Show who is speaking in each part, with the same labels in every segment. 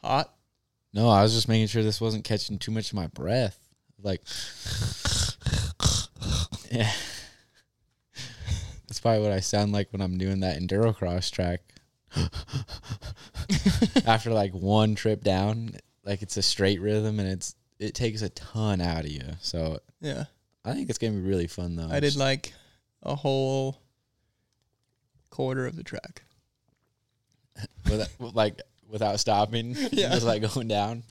Speaker 1: hot?
Speaker 2: No, I was just making sure this wasn't catching too much of my breath. Like, yeah. That's probably what I sound like when I'm doing that endurocross track. After like one trip down, like it's a straight rhythm and it's it takes a ton out of you. So
Speaker 1: Yeah.
Speaker 2: I think it's gonna be really fun though.
Speaker 1: I did like a whole quarter of the track.
Speaker 2: Without- like without stopping,
Speaker 1: Yeah.
Speaker 2: just like going down.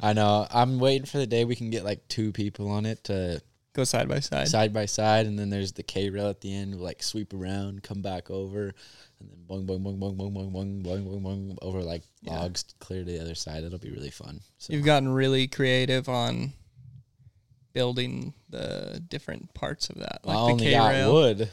Speaker 2: I know. I'm waiting for the day we can get like two people on it to
Speaker 1: Go side by side.
Speaker 2: side by side, and then there's the K rail at the end. We'll like sweep around, come back over, and then boing boing boing boing boing boing boing boing boing, boing over like
Speaker 1: Yeah.
Speaker 2: logs clear to the other side. It'll be really fun. So
Speaker 1: You've gotten really creative on building the different parts of that. Like
Speaker 2: I
Speaker 1: the
Speaker 2: only
Speaker 1: K
Speaker 2: got
Speaker 1: rail.
Speaker 2: wood.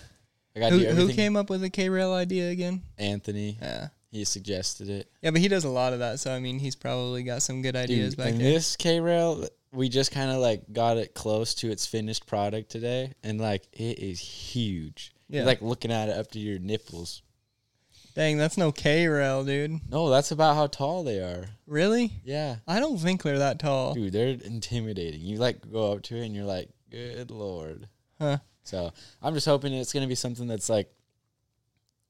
Speaker 2: I got to
Speaker 1: Who,
Speaker 2: do
Speaker 1: who
Speaker 2: everything.
Speaker 1: came up with the K rail idea again?
Speaker 2: Anthony,
Speaker 1: Yeah.
Speaker 2: he suggested it.
Speaker 1: Yeah, but he does a lot of that, so I mean he's probably got some good ideas
Speaker 2: Dude,
Speaker 1: back
Speaker 2: and
Speaker 1: there.
Speaker 2: this K rail, we just kind of like got it close to its finished product today, and like it is huge.
Speaker 1: Yeah.
Speaker 2: You're like looking at it up to your nipples.
Speaker 1: Dang, that's no K rail, dude.
Speaker 2: No, that's about how tall they are.
Speaker 1: Really?
Speaker 2: Yeah.
Speaker 1: I don't think they're that tall.
Speaker 2: Dude, they're intimidating. You like go up to it and you're like, good lord.
Speaker 1: Huh.
Speaker 2: So I'm just hoping it's gonna be something that's like,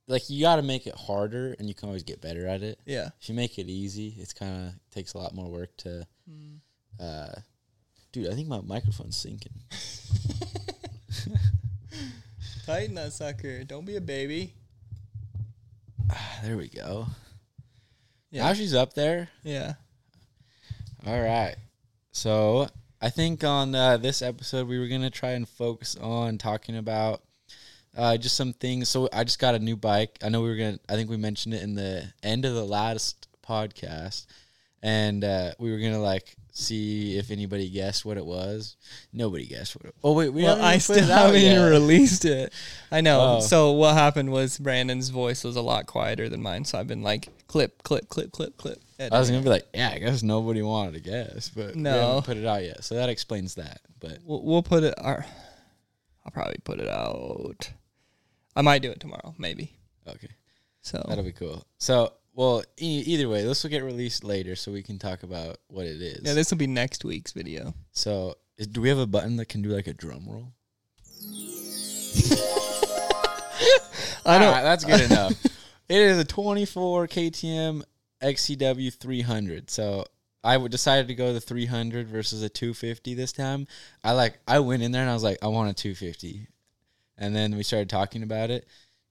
Speaker 2: like you got to make it harder, and you can always get better at it.
Speaker 1: Yeah.
Speaker 2: If you make it easy, it's kind of takes a lot more work to. Uh, dude, I think my microphone's sinking.
Speaker 1: Tighten that sucker. Don't be a baby.
Speaker 2: There we go.
Speaker 1: Yeah.
Speaker 2: Now she's up there.
Speaker 1: Yeah.
Speaker 2: All right. So I think on uh, this episode we were gonna try and focus on talking about uh, just some things. So I just got a new bike. I know we were gonna. I think we mentioned it in the end of the last podcast, and uh, we were gonna like see if anybody guessed what it was. Nobody guessed what. it Oh wait, we
Speaker 1: well,
Speaker 2: haven't even
Speaker 1: I
Speaker 2: put
Speaker 1: still
Speaker 2: it out
Speaker 1: haven't even
Speaker 2: yet.
Speaker 1: released it. I know.
Speaker 2: Oh.
Speaker 1: So what happened was Brandon's voice was a lot quieter than mine, so I've been like clip, clip, clip, clip, clip.
Speaker 2: I was gonna be like, yeah, I guess nobody wanted to guess, but we
Speaker 1: No.
Speaker 2: haven't put it out yet. So that explains that. But
Speaker 1: we'll, we'll put it. Our, I'll probably put it out. I might do it tomorrow, maybe.
Speaker 2: okay. That'll
Speaker 1: So
Speaker 2: be cool. So, well, e- either way, this will get released later, so we can talk about what it is.
Speaker 1: yeah, this will be next week's video.
Speaker 2: so, is, do we have a button that can do like a drum roll?
Speaker 1: I don't.
Speaker 2: All right, Ah, that's good enough. It is a 24 KTM XCW 300. So I w- decided to go the 300 versus a 250 this time. I like I went in there and I was like, I want a 250, and then we started talking about it.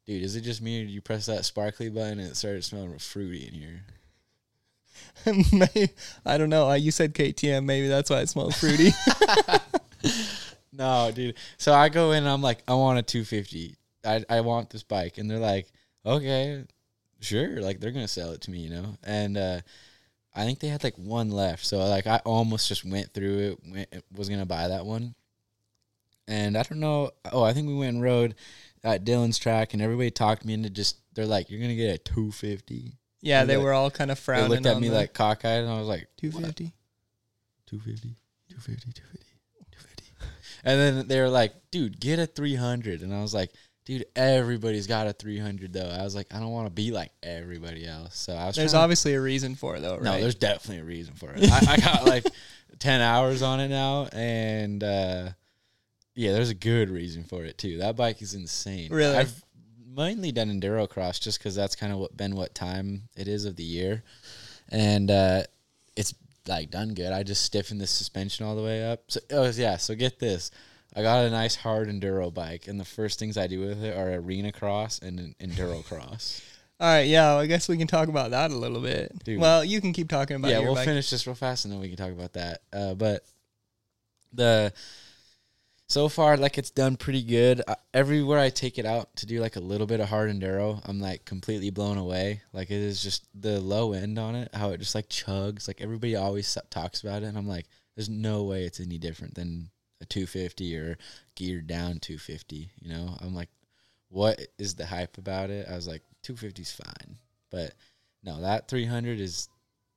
Speaker 2: Dude, is it just me or did you press that sparkly button and it started smelling fruity in here?
Speaker 1: May- I don't know. I- You said KTM. Maybe that's why it smells fruity.
Speaker 2: No, dude. So I go in and I'm like, I want a 250. I, I want this bike. And they're like, okay, sure. Like, they're going to sell it to me, you know? And uh, I think they had like one left. So, like, I almost just went through it, went, was going to buy that one. And I don't know. Oh, I think we went and rode at Dylan's track, and everybody talked me into just, they're like, you're going to get a 250.
Speaker 1: yeah, they
Speaker 2: Like,
Speaker 1: were all kind of
Speaker 2: They
Speaker 1: frowning.
Speaker 2: looked at
Speaker 1: on
Speaker 2: me
Speaker 1: the
Speaker 2: like cockeyed, and I was like,
Speaker 1: two
Speaker 2: "What?
Speaker 1: fifty.
Speaker 2: 250, 250, 250, 250. And then they were like, dude, get a 300. And I was like, dude, everybody's got a 300, though. I was like, I don't want to be like everybody else. So I was
Speaker 1: There's
Speaker 2: trying
Speaker 1: obviously a reason for it though,
Speaker 2: to, No,
Speaker 1: right?
Speaker 2: there's definitely a reason for it. I, I got like 10 hours on it now. And uh, yeah, there's a good reason for it, too. That bike is insane.
Speaker 1: Really?
Speaker 2: I've mainly done enduro cross just because that's kind of what been what time it is of the year. And, uh, it's like done good. I just stiffened the suspension all the way up. So oh yeah, so get this. I got a nice hard enduro bike, and the first things I do with it are arena cross and an enduro cross.
Speaker 1: All right, yeah, well, I guess we can talk about that a little bit.
Speaker 2: Dude.
Speaker 1: Well, you can keep talking about
Speaker 2: yeah,
Speaker 1: your
Speaker 2: we'll
Speaker 1: bike.
Speaker 2: finish this real fast, and then we can talk about that. Uh, but the so far, like it's done pretty good. Uh, everywhere I take it out to do like a little bit of hard enduro, I'm like completely blown away. Like it is just the low end on it, how it just like chugs. Like everybody always so- talks about it, and I'm like, there's no way it's any different than a 250 or geared down 250. You know, I'm like, what is the hype about it? I was like, 250's fine, but no, that 300 is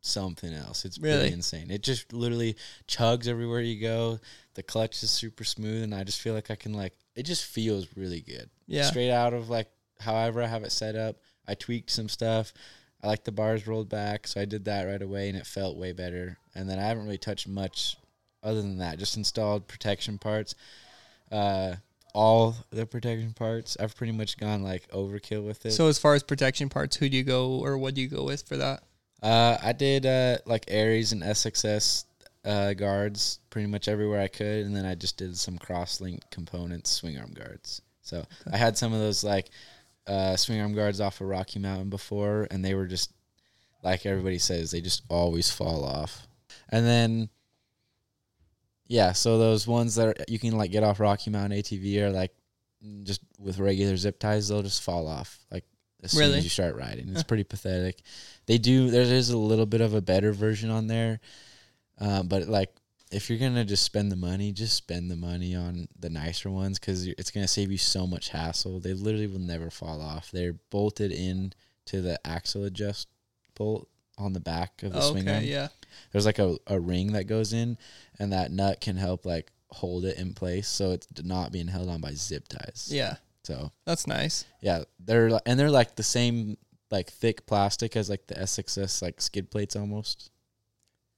Speaker 2: something else. It's really
Speaker 1: Really?
Speaker 2: insane. It just literally chugs everywhere you go. The clutch is super smooth, and I just feel like I can like it. Just feels really good.
Speaker 1: Yeah.
Speaker 2: straight out of like however I have it set up. I tweaked some stuff. I like the bars rolled back, so I did that right away, and it felt way better. And then I haven't really touched much other than that. Just installed protection parts, uh, all the protection parts. I've pretty much gone like overkill with it.
Speaker 1: So as far as protection parts, who do you go or what do you go with for that?
Speaker 2: Uh, I did uh, like Aries and SXS uh, guards pretty much everywhere I could, and then I just did some cross-linked components, swing arm guards. So I had some of those like uh, swing arm guards off of Rocky Mountain before, and they were just like everybody says, they just always fall off. And then yeah, so those ones that are, you can like get off Rocky Mountain ATV are like just with regular zip ties, they'll just fall off like as soon
Speaker 1: Really?
Speaker 2: as you start riding. It's pretty pathetic. They do. There is a little bit of a better version on there, uh, but like if you're gonna just spend the money, just spend the money on the nicer ones because it's gonna save you so much hassle. They literally will never fall off. They're bolted in to the axle adjust bolt on the back of the swing
Speaker 1: okay,
Speaker 2: arm
Speaker 1: yeah.
Speaker 2: there's like a, a ring that goes in and that nut can help like hold it in place so it's not being held on by zip ties
Speaker 1: Yeah.
Speaker 2: so
Speaker 1: That's nice.
Speaker 2: yeah they're li- and they're like the same like thick plastic as like the sxs like skid plates almost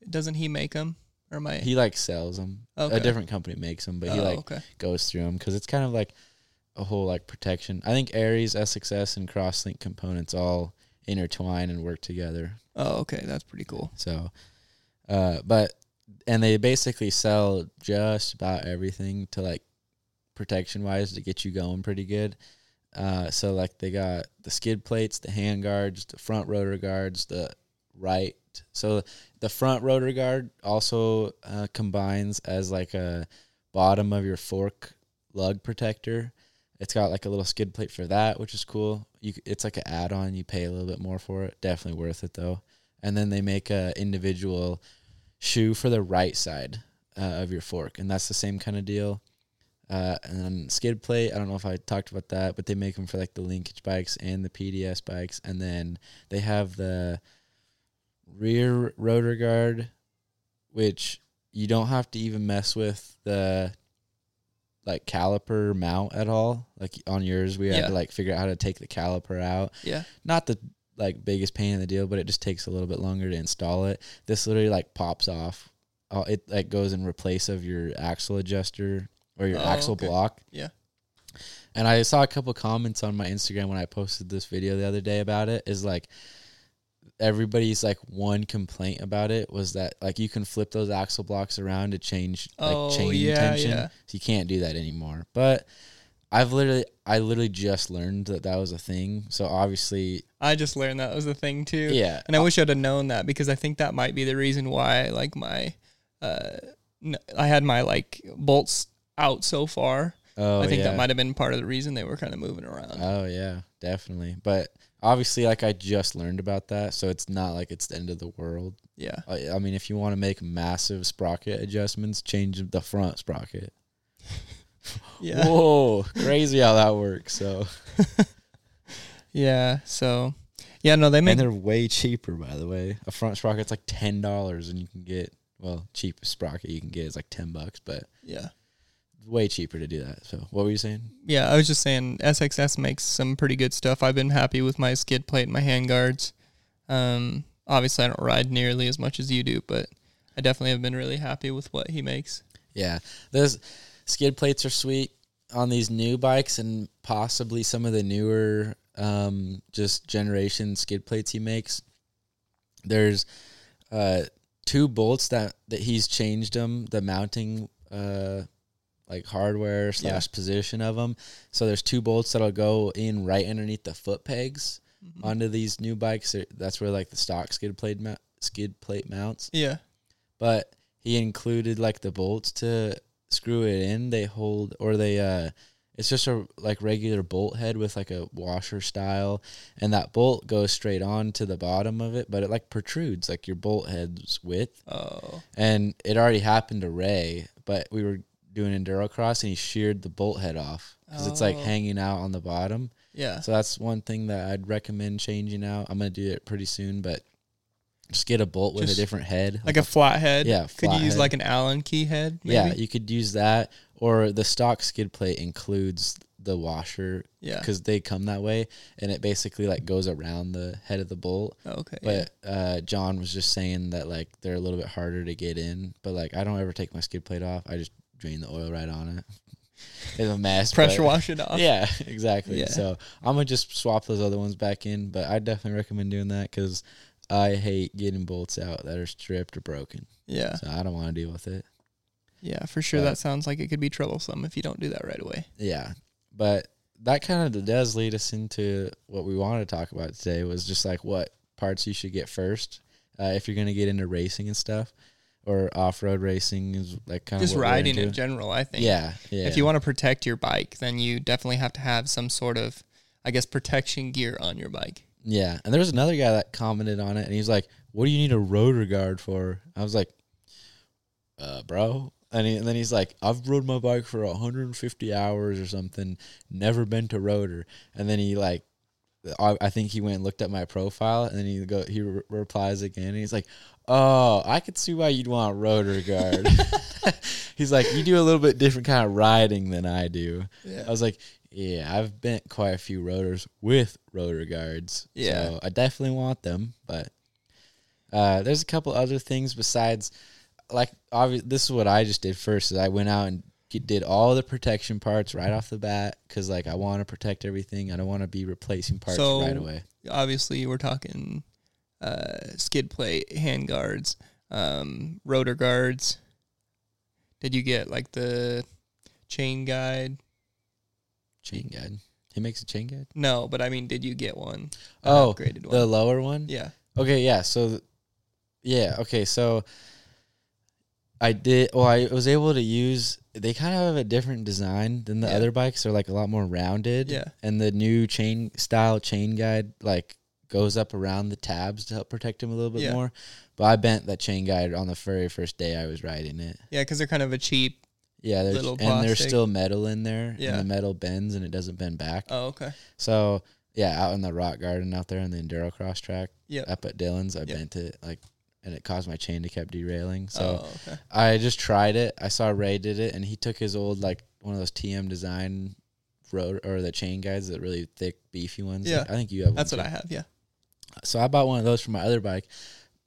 Speaker 1: Doesn't he make them? Or my
Speaker 2: he like sells them
Speaker 1: Okay.
Speaker 2: a different company makes them but he
Speaker 1: Oh,
Speaker 2: like
Speaker 1: okay.
Speaker 2: goes through them because it's kind of like a whole like protection i think aries sxs and crosslink components all intertwine and work together
Speaker 1: Oh, okay. That's pretty cool.
Speaker 2: So, uh, but and they basically sell just about everything to like protection wise to get you going pretty good. Uh, so like they got the skid plates, the hand guards, the front rotor guards, the right. So the front rotor guard also uh, combines as like a bottom of your fork lug protector. It's got like a little skid plate for that, which is cool. You, c- it's like an add-on. You pay a little bit more for it. Definitely worth it though and then they make a individual shoe for the right side uh, of your fork, and that's the same kind of deal. Uh, and then skid plate. I don't know if I talked about that, but they make them for like the linkage bikes and the PDS bikes, and then they have the rear rotor guard, which you don't have to even mess with the like caliper mount at all. Like on yours, we had
Speaker 1: Yeah.
Speaker 2: to like figure out how to take the caliper out
Speaker 1: Yeah.
Speaker 2: not the like biggest pain in the deal, but it just takes a little bit longer to install it. This literally like pops off. Uh, it like goes in replace of your axle adjuster or your
Speaker 1: Oh,
Speaker 2: axle
Speaker 1: okay.
Speaker 2: block.
Speaker 1: Yeah.
Speaker 2: And I saw a couple comments on my Instagram when I posted this video the other day about it is like everybody's like one complaint about it was that like you can flip those axle blocks around to change like
Speaker 1: Oh,
Speaker 2: chain
Speaker 1: yeah,
Speaker 2: tension.
Speaker 1: yeah.
Speaker 2: So you can't do that anymore. But I've literally I literally just learned that that was a thing. So obviously
Speaker 1: I just learned that was a thing too.
Speaker 2: yeah.
Speaker 1: And I wish I'd have known that because I think that might be the reason why, like my, uh, n- I had my like bolts out so far.
Speaker 2: Oh,
Speaker 1: I think
Speaker 2: yeah.
Speaker 1: that might have been part of the reason they were kind of moving around.
Speaker 2: Oh yeah, definitely. But obviously, like I just learned about that, so it's not like it's the end of the world.
Speaker 1: yeah.
Speaker 2: I, I mean, if you want to make massive sprocket adjustments, change the front sprocket.
Speaker 1: Yeah.
Speaker 2: Whoa, crazy how that works. So
Speaker 1: Yeah. So, yeah, no, they make
Speaker 2: and they're way cheaper, by the way. A front sprocket's like ten dollars, and you can get well, cheapest sprocket you can get is like ten bucks, but
Speaker 1: yeah.
Speaker 2: way cheaper to do that. So what were you saying?
Speaker 1: Yeah, I was just saying SXS makes some pretty good stuff. I've been happy with my skid plate and my hand guards. Um, obviously, I don't ride nearly as much as you do, but I definitely have been really happy with what he makes.
Speaker 2: Yeah, those skid plates are sweet on these new bikes, and possibly some of the newer, um, just generation skid plates he makes. There's uh, two bolts that that he's changed them, the mounting, uh, like hardware slash position of them. So there's two bolts that'll go in right underneath the foot pegs onto these new bikes. That's where like the stock skid plate mou- skid plate mounts
Speaker 1: Yeah.
Speaker 2: but he included like the bolts to screw it in. They hold or they uh it's just a like regular bolt head with like a washer style and that bolt goes straight on to the bottom of it, but it like protrudes like your bolt head's width.
Speaker 1: Oh.
Speaker 2: And it already happened to Ray, but we were doing endurocross and he sheared the bolt head off cuz it's like
Speaker 1: Oh.
Speaker 2: hanging out on the bottom.
Speaker 1: Yeah.
Speaker 2: So that's one thing that I'd recommend changing out. I'm going to do it pretty soon, but just get a bolt with
Speaker 1: Just
Speaker 2: a different head.
Speaker 1: Like a flathead.
Speaker 2: Yeah,
Speaker 1: Could you use
Speaker 2: flathead.
Speaker 1: like an Allen key head?
Speaker 2: Yeah,
Speaker 1: maybe?
Speaker 2: you could use that, or the stock skid plate includes the washer
Speaker 1: Yeah.
Speaker 2: because they come that way, and it basically like goes around the head of the bull.
Speaker 1: Oh, okay. yeah.
Speaker 2: But uh, John was just saying that like they're a little bit harder to get in. But like I don't ever take my skid plate off. I just drain the oil right on it. It's a mess.
Speaker 1: Pressure
Speaker 2: but-
Speaker 1: wash it off.
Speaker 2: Yeah, exactly.
Speaker 1: Yeah.
Speaker 2: So I'm gonna just swap those other ones back in. But I definitely recommend doing that because I hate getting bolts out that are stripped or broken.
Speaker 1: Yeah.
Speaker 2: So I don't want to deal with it.
Speaker 1: Yeah, for sure.
Speaker 2: But-
Speaker 1: that sounds like it could be troublesome if you don't do that right away.
Speaker 2: Yeah, but that kind of does lead us into what we wanted to talk about today was just like what parts you should get first uh, if you're going to get into racing and stuff or off road racing is like kind
Speaker 1: Just
Speaker 2: of
Speaker 1: riding in general, I think.
Speaker 2: Yeah, yeah.
Speaker 1: If you want to protect your bike, then you definitely have to have some sort of, I guess, protection gear on your bike.
Speaker 2: yeah, and there was another guy that commented on it, and he's like, "What do you need a rotor guard for?" I was like, "Uh, bro." And, he, and then he's like, "I've rode my bike for 150 hours or something, never been to rotor." And then he like I I think he went and looked at my profile, and then he go he re- replies again, and he's like, "Oh, I could see why you'd want rotor guard." he's like, "You do a little bit different kind of riding than I do."
Speaker 1: Yeah.
Speaker 2: I was like, "Yeah, I've bent quite a few rotors with rotor guards,
Speaker 1: Yeah.
Speaker 2: so I definitely want them." But uh, there's a couple other things besides, like, obvious. This is what I just did first: is I went out and get- did all the protection parts right off the bat because like I want to protect everything. I don't want to be replacing parts
Speaker 1: So-
Speaker 2: right away.
Speaker 1: Obviously, we're talking uh, skid plate, hand guards, um, rotor guards. Did you get like the chain guide?
Speaker 2: Chain guide. He makes a chain guide.
Speaker 1: No, but I mean, did you get one? An
Speaker 2: Oh,
Speaker 1: upgraded one.
Speaker 2: the lower one.
Speaker 1: yeah.
Speaker 2: Okay, yeah. So, th- yeah. Okay, so I did. Well, I was able to use. They kind of have a different design than the
Speaker 1: Yeah.
Speaker 2: other bikes. They're like a lot more rounded.
Speaker 1: Yeah.
Speaker 2: And the new chain style chain guide like goes up around the tabs to help protect them a little bit
Speaker 1: Yeah.
Speaker 2: more. But I bent that chain guide on the very first day I was riding it.
Speaker 1: Yeah, because they're kind of a cheap.
Speaker 2: Yeah, there's,
Speaker 1: Little
Speaker 2: and there's
Speaker 1: plastic.
Speaker 2: still metal in there,
Speaker 1: Yeah.
Speaker 2: and the metal bends and it doesn't bend back.
Speaker 1: Oh, okay.
Speaker 2: So yeah, out in the rock garden out there on the enduro cross track,
Speaker 1: Yep.
Speaker 2: up at Dylan's, I
Speaker 1: Yep.
Speaker 2: bent it like, and it caused my chain to kept derailing. So
Speaker 1: oh, okay.
Speaker 2: I just tried it. I saw Ray did it, and he took his old like one of those TM design road or the chain guides, the really thick, beefy ones.
Speaker 1: Yeah.
Speaker 2: I think you have.
Speaker 1: That's
Speaker 2: one
Speaker 1: what
Speaker 2: too.
Speaker 1: I have. Yeah.
Speaker 2: So I bought one of those for my other bike,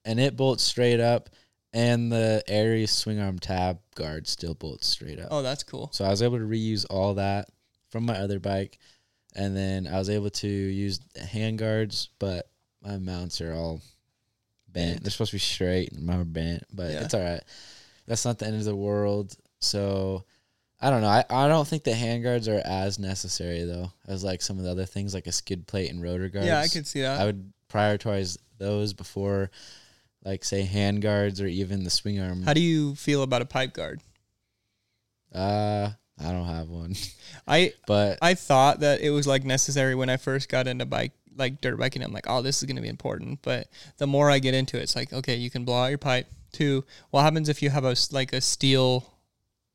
Speaker 2: and it bolts straight up, and the Aries swing arm tab guard still bolts straight up.
Speaker 1: Oh, that's cool.
Speaker 2: So I was able to reuse all that from my other bike, and then I was able to use the hand guards, but my mounts are all bent. They're supposed to be straight, and mine are bent, but
Speaker 1: Yeah.
Speaker 2: it's all right. That's not the end of the world. So I don't know. I, I don't think the hand guards are as necessary though as like some of the other things, like a skid plate and rotor guards.
Speaker 1: Yeah, I could see that.
Speaker 2: I would prioritize those before, like say hand guards or even the swing arm.
Speaker 1: How do you feel about a pipe guard?
Speaker 2: uh I don't have one,
Speaker 1: I
Speaker 2: but
Speaker 1: I thought that it was like necessary when I first got into bike like dirt biking. I'm like, oh, this is gonna be important. But the more I get into it, it's like, okay, you can blow out your pipe. Two, what happens if you have a s- like a steel,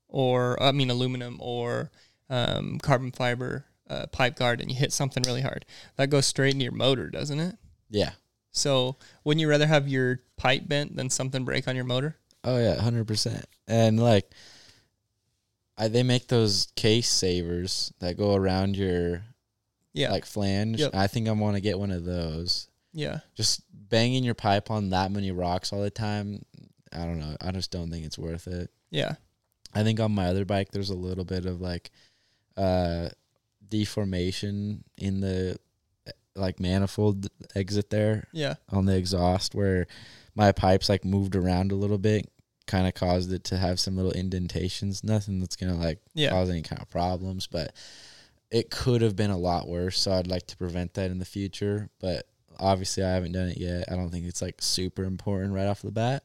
Speaker 1: or I mean aluminum or um, carbon fiber uh, pipe guard, and you hit something really hard? That goes straight into your motor, doesn't it?
Speaker 2: yeah.
Speaker 1: So wouldn't you rather have your pipe bent than something break on your motor?
Speaker 2: Oh yeah, hundred percent. And like, I, they make those case savers that go around your
Speaker 1: Yeah,
Speaker 2: like flange.
Speaker 1: Yep.
Speaker 2: I think I want to get one of those.
Speaker 1: yeah.
Speaker 2: Just banging your pipe on that many rocks all the time. I don't know. I just don't think it's worth it.
Speaker 1: Yeah.
Speaker 2: I think on my other bike, there's a little bit of like, uh, deformation in the eh, like manifold exit there
Speaker 1: Yeah.
Speaker 2: on the exhaust where my pipes like moved around a little bit kind of caused it to have some little indentations nothing that's gonna like
Speaker 1: Yeah.
Speaker 2: cause any kind of problems but it could have been a lot worse so i'd like to prevent that in the future but obviously i haven't done it yet i don't think it's like super important right off the bat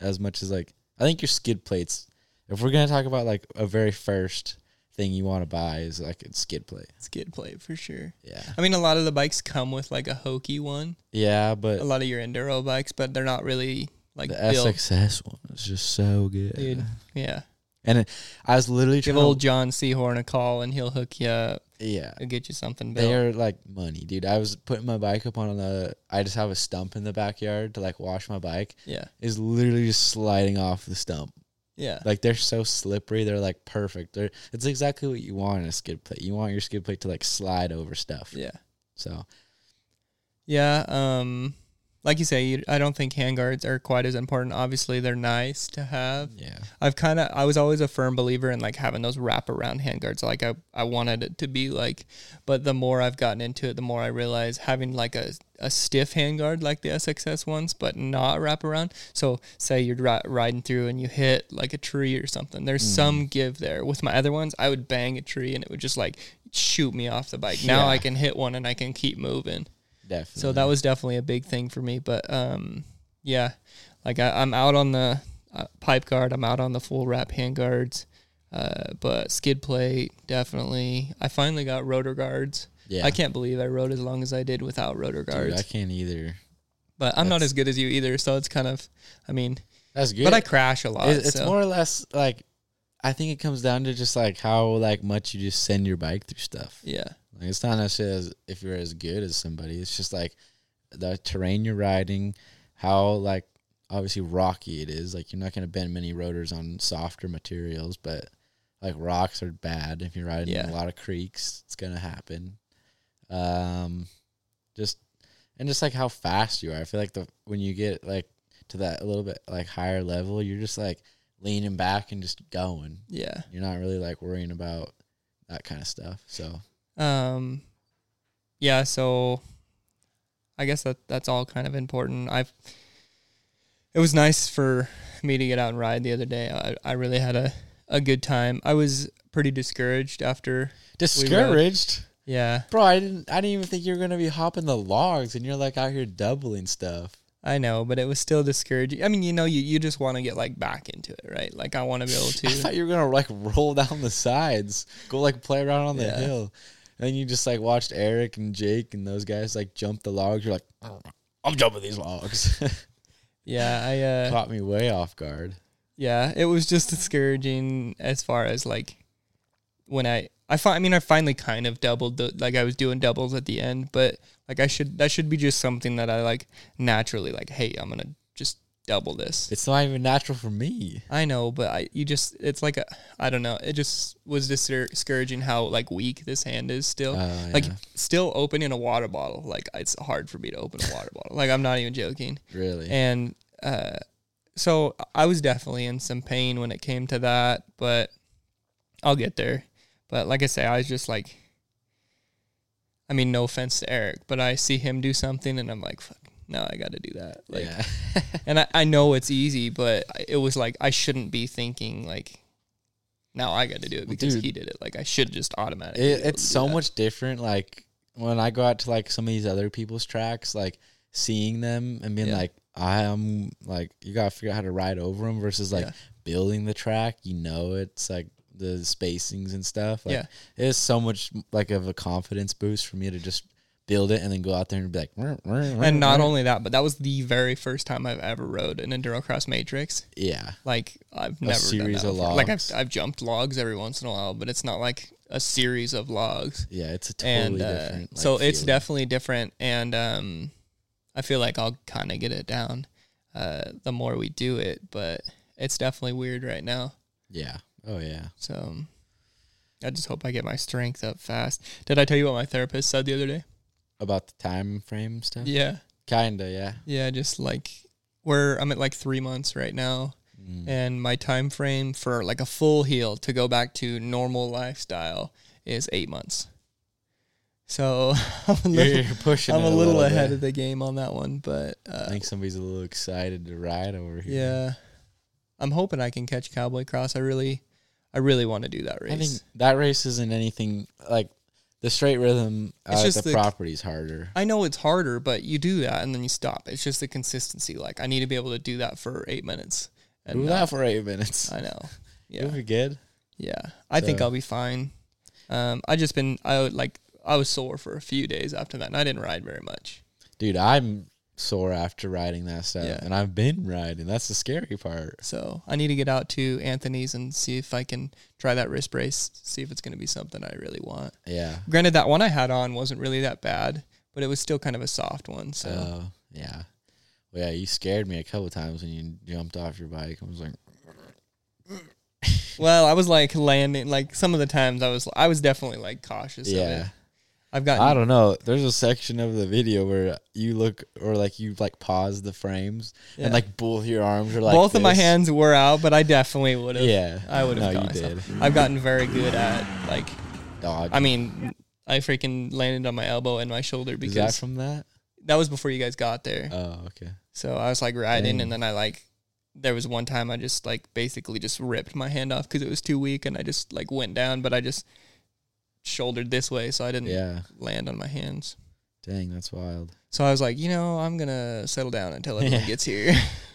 Speaker 2: as much as like i think your skid plates if we're gonna talk about like a very first thing you want to buy is like a skid plate
Speaker 1: Skid plate for sure.
Speaker 2: yeah
Speaker 1: I mean, a lot of the bikes come with like a hokey one.
Speaker 2: yeah but
Speaker 1: A lot of your enduro bikes, but they're not really like
Speaker 2: the
Speaker 1: built.
Speaker 2: SXS one is just so good.
Speaker 1: Dude. Yeah.
Speaker 2: And it, I was literally
Speaker 1: Give
Speaker 2: trying.
Speaker 1: old
Speaker 2: to,
Speaker 1: John Seahorn a call and he'll hook you up.
Speaker 2: yeah,
Speaker 1: He'll get you something
Speaker 2: they
Speaker 1: built.
Speaker 2: are like money, dude. I was putting my bike up on the. I just have a stump in the backyard to like wash my bike.
Speaker 1: Yeah.
Speaker 2: Is literally just sliding off the stump.
Speaker 1: Yeah.
Speaker 2: Like they're so slippery, they're like perfect. They're it's exactly what you want in a skid plate. You want your skid plate to like slide over stuff.
Speaker 1: Yeah.
Speaker 2: So
Speaker 1: Yeah. Um, like you say, you, I don't think handguards are quite as important. Obviously, they're nice to have.
Speaker 2: yeah,
Speaker 1: I've kind of I was always a firm believer in like having those wrap around handguards. Like I I wanted it to be like, but the more I've gotten into it, the more I realize having like a a stiff handguard like the SXS ones, but not wrap around. So say you're ri- riding through and you hit like a tree or something. There's some give there. With my other ones, I would bang a tree and it would just like shoot me off the bike. Now I
Speaker 2: Yeah.
Speaker 1: can hit one and I can keep moving.
Speaker 2: definitely.
Speaker 1: So that was definitely a big thing for me. But um, yeah, like I, I'm out on the uh, pipe guard, I'm out on the full wrap hand guards, uh, but skid plate definitely. I finally got rotor guards.
Speaker 2: yeah.
Speaker 1: I can't believe I rode as long as I did without rotor guards.
Speaker 2: Dude, I can't either.
Speaker 1: but I'm not
Speaker 2: that's-
Speaker 1: as good as you either, so it's kind of. I mean,
Speaker 2: That's good.
Speaker 1: but I crash a lot.
Speaker 2: It- it's
Speaker 1: so.
Speaker 2: more or less like I think it comes down to just like how like much you just send your bike through stuff.
Speaker 1: yeah,
Speaker 2: Like it's not necessarily as if you're as good as somebody. It's just like the terrain you're riding, how like obviously rocky it is. Like you're not gonna bend many rotors on softer materials, but like rocks are bad. If you're riding in
Speaker 1: Yeah.
Speaker 2: a lot of creeks, it's gonna happen. Um, just and just like how fast you are. I feel like the when you get like to that a little bit like higher level, you're just like leaning back and just going.
Speaker 1: yeah.
Speaker 2: You're not really like worrying about that kind of stuff. So
Speaker 1: Um, yeah, so I guess that that's all kind of important. I've it was nice for me to get out and ride the other day. I, I really had a, a good time. I was pretty discouraged after.
Speaker 2: discouraged.
Speaker 1: Yeah,
Speaker 2: Bro, I didn't. I didn't even think you were gonna be hopping the logs, and you're like out here doubling stuff.
Speaker 1: I know, but it was still discouraging. I mean, you know, you, you just want to get like back into it, right? Like I want to be able
Speaker 2: I
Speaker 1: to.
Speaker 2: thought you were gonna like roll down the sides, go like play around on the
Speaker 1: Yeah.
Speaker 2: hill, and then you just like watched Eric and Jake and those guys like jump the logs. You're like, "Oh, I'm jumping these logs.
Speaker 1: Yeah, I uh,
Speaker 2: Caught me way off guard.
Speaker 1: Yeah, it was just discouraging as far as like when I I fi- I mean I finally kind of doubled the like I was doing doubles at the end, but like I should that should be just something that I like naturally like hey, I'm going to just double this.
Speaker 2: It's not even natural for me.
Speaker 1: I know, but I you just it's like a I don't know, it just was discour- discouraging how like weak this hand is still.
Speaker 2: Uh,
Speaker 1: like
Speaker 2: yeah.
Speaker 1: still opening a water bottle, like it's hard for me to open a water bottle. Like I'm not even joking.
Speaker 2: Really,
Speaker 1: And uh, so I was definitely in some pain when it came to that, but I'll get there. But like I say, I was just like, I mean, no offense to Eric, but I see him do something and I'm like, fuck, no, I got to do that. Like,
Speaker 2: yeah,
Speaker 1: and I, I know it's easy, but I- it was like, I shouldn't be thinking like, now I got to do it because
Speaker 2: dude.
Speaker 1: he did it. Like, I should just automatically. be
Speaker 2: it,
Speaker 1: able
Speaker 2: it's
Speaker 1: to do
Speaker 2: so
Speaker 1: that.
Speaker 2: much different. Like when I go out to like some of these other people's tracks, like seeing them and being
Speaker 1: Yeah.
Speaker 2: like, I'm like, you gotta figure out how to ride over them versus like
Speaker 1: Yeah.
Speaker 2: building the track. You know, it's like the spacings and stuff. Like,
Speaker 1: Yeah.
Speaker 2: it is so much like of a confidence boost for me to just build it and then go out there and be like,
Speaker 1: And not only that, but that was the very first time I've ever rode an Endurocross Matrix.
Speaker 2: yeah,
Speaker 1: Like I've never
Speaker 2: series
Speaker 1: done
Speaker 2: of
Speaker 1: that before. Like I've
Speaker 2: logs.
Speaker 1: I've jumped logs every once in a while, but it's not like a series of logs.
Speaker 2: yeah, it's a totally
Speaker 1: And uh,
Speaker 2: different. like,
Speaker 1: so it's
Speaker 2: feeling.
Speaker 1: definitely different, and um, I feel like I'll kind of get it down uh, the more we do it. But it's definitely weird right now.
Speaker 2: yeah. Oh yeah.
Speaker 1: So um, I just hope I get my strength up fast. Did I tell you what my therapist said the other day?
Speaker 2: About the time frame stuff.
Speaker 1: Yeah,
Speaker 2: Kinda. Yeah.
Speaker 1: yeah. Just like where I'm at like three months right now.
Speaker 2: Mm.
Speaker 1: and my time frame for like a full heal to go back to normal lifestyle is eight months. So I'm a
Speaker 2: You're,
Speaker 1: little,
Speaker 2: you're pushing.
Speaker 1: I'm
Speaker 2: it
Speaker 1: a little
Speaker 2: bit.
Speaker 1: ahead of the game on that one, but
Speaker 2: I
Speaker 1: uh,
Speaker 2: think somebody's a little excited to ride over here.
Speaker 1: yeah, I'm hoping I can catch Cowboy Cross. I really, I really want to do that race.
Speaker 2: I think that race isn't anything like the straight rhythm
Speaker 1: It's
Speaker 2: out
Speaker 1: just
Speaker 2: at the,
Speaker 1: the-
Speaker 2: property's harder.
Speaker 1: I know it's harder, but you do that and then you stop. It's just the consistency. Like I need to be able to do that for eight minutes. And
Speaker 2: Do
Speaker 1: not-
Speaker 2: that for eight minutes.
Speaker 1: I know. Yeah.
Speaker 2: You'll be good.
Speaker 1: Yeah, I think
Speaker 2: So-
Speaker 1: I'll be fine. Um, I just been I would, like I was sore for a few days after that, and I didn't ride very much.
Speaker 2: Dude, I'm sore after riding that stuff.
Speaker 1: Yeah.
Speaker 2: And I've been riding. That's the scary part.
Speaker 1: So I need to get out to Anthony's and see if I can try that wrist brace, see if it's going to be something I really want.
Speaker 2: Yeah.
Speaker 1: Granted, that one I had on wasn't really that bad, but it was still kind of a soft one. So
Speaker 2: So yeah. Well, yeah, you scared me a couple times when you jumped off your bike. I was like
Speaker 1: Well, I was like landing. Like some of the times, I was I was definitely like cautious. Yeah, of
Speaker 2: yeah.
Speaker 1: it. I've gotten.
Speaker 2: I don't know. There's a section of the video where you look or like you like pause the frames
Speaker 1: Yeah.
Speaker 2: and like both your arms are like
Speaker 1: both of my
Speaker 2: this.
Speaker 1: hands were out, but I definitely would have.
Speaker 2: Yeah,
Speaker 1: I would have.
Speaker 2: No,
Speaker 1: caught
Speaker 2: you did.
Speaker 1: myself. I've gotten very good at like.
Speaker 2: Dodge.
Speaker 1: I mean, I freaking landed on my elbow and my shoulder
Speaker 2: Is that
Speaker 1: because
Speaker 2: from that?
Speaker 1: that was before you guys got there.
Speaker 2: Oh, okay.
Speaker 1: So I was like riding,
Speaker 2: Dang.
Speaker 1: and then I like, there was one time I just like basically just ripped my hand off because it was too weak, and I just like went down, but I just shouldered this way, so I didn't
Speaker 2: Yeah.
Speaker 1: land on my hands.
Speaker 2: Dang, that's wild.
Speaker 1: So I was like, you know, I'm gonna settle down until everyone
Speaker 2: Yeah.
Speaker 1: gets here.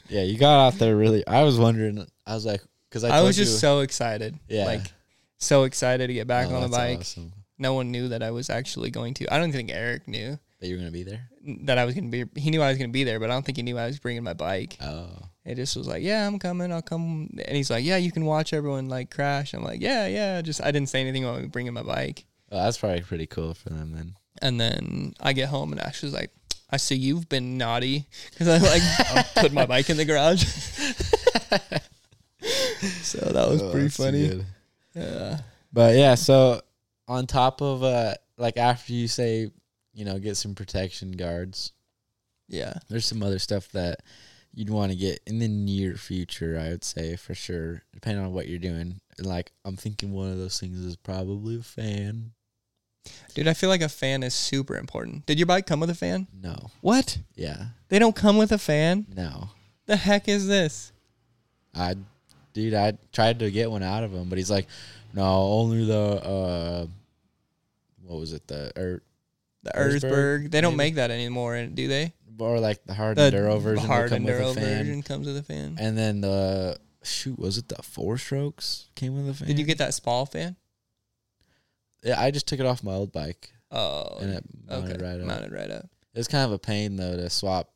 Speaker 2: Yeah, you got out there really. I was wondering. I was like, because I,
Speaker 1: I,
Speaker 2: told
Speaker 1: was just
Speaker 2: you,
Speaker 1: so excited,
Speaker 2: yeah,
Speaker 1: like so excited to get back
Speaker 2: Oh,
Speaker 1: on the
Speaker 2: that's
Speaker 1: bike.
Speaker 2: awesome.
Speaker 1: No one knew that I was actually going to. I don't think Eric knew
Speaker 2: That you were gonna be there.
Speaker 1: that I was gonna be. He knew I was gonna be there, but I don't think he knew I was bringing my bike.
Speaker 2: Oh,
Speaker 1: It just was like, yeah, I'm coming. I'll come. And he's like, yeah, you can watch everyone like crash. I'm like, yeah, yeah. Just I didn't say anything about me bringing my bike.
Speaker 2: well, that's probably pretty cool for them then.
Speaker 1: And then I get home and Ash was like, I see you've been naughty because I like put my bike in the garage. so that was
Speaker 2: Oh,
Speaker 1: pretty
Speaker 2: that's
Speaker 1: funny.
Speaker 2: good.
Speaker 1: Yeah.
Speaker 2: But yeah, so on top of uh, like after you say, you know, get some protection guards.
Speaker 1: Yeah.
Speaker 2: there's some other stuff that you'd want to get in the near future i would say for sure depending on what you're doing and like i'm thinking one of those things is probably a fan
Speaker 1: Dude, I feel like a fan is super important. Did your bike come with a fan?
Speaker 2: no
Speaker 1: What?
Speaker 2: yeah
Speaker 1: They don't come with a fan?
Speaker 2: no
Speaker 1: The heck is this?
Speaker 2: i dude i tried to get one out of him but he's like no only the uh what was it the or
Speaker 1: The
Speaker 2: Erzberg,
Speaker 1: Erzberg. They don't
Speaker 2: maybe.
Speaker 1: make that anymore, do they?
Speaker 2: or like the hard
Speaker 1: The
Speaker 2: enduro version hard
Speaker 1: hard
Speaker 2: come
Speaker 1: enduro
Speaker 2: with a fan
Speaker 1: version comes with a fan.
Speaker 2: and then the shoot was it the four strokes came with a fan
Speaker 1: Did you get that small fan?
Speaker 2: yeah i just took it off my old bike
Speaker 1: Oh,
Speaker 2: and it
Speaker 1: okay.
Speaker 2: mounted right up
Speaker 1: mounted right up.
Speaker 2: It's kind of a pain though to swap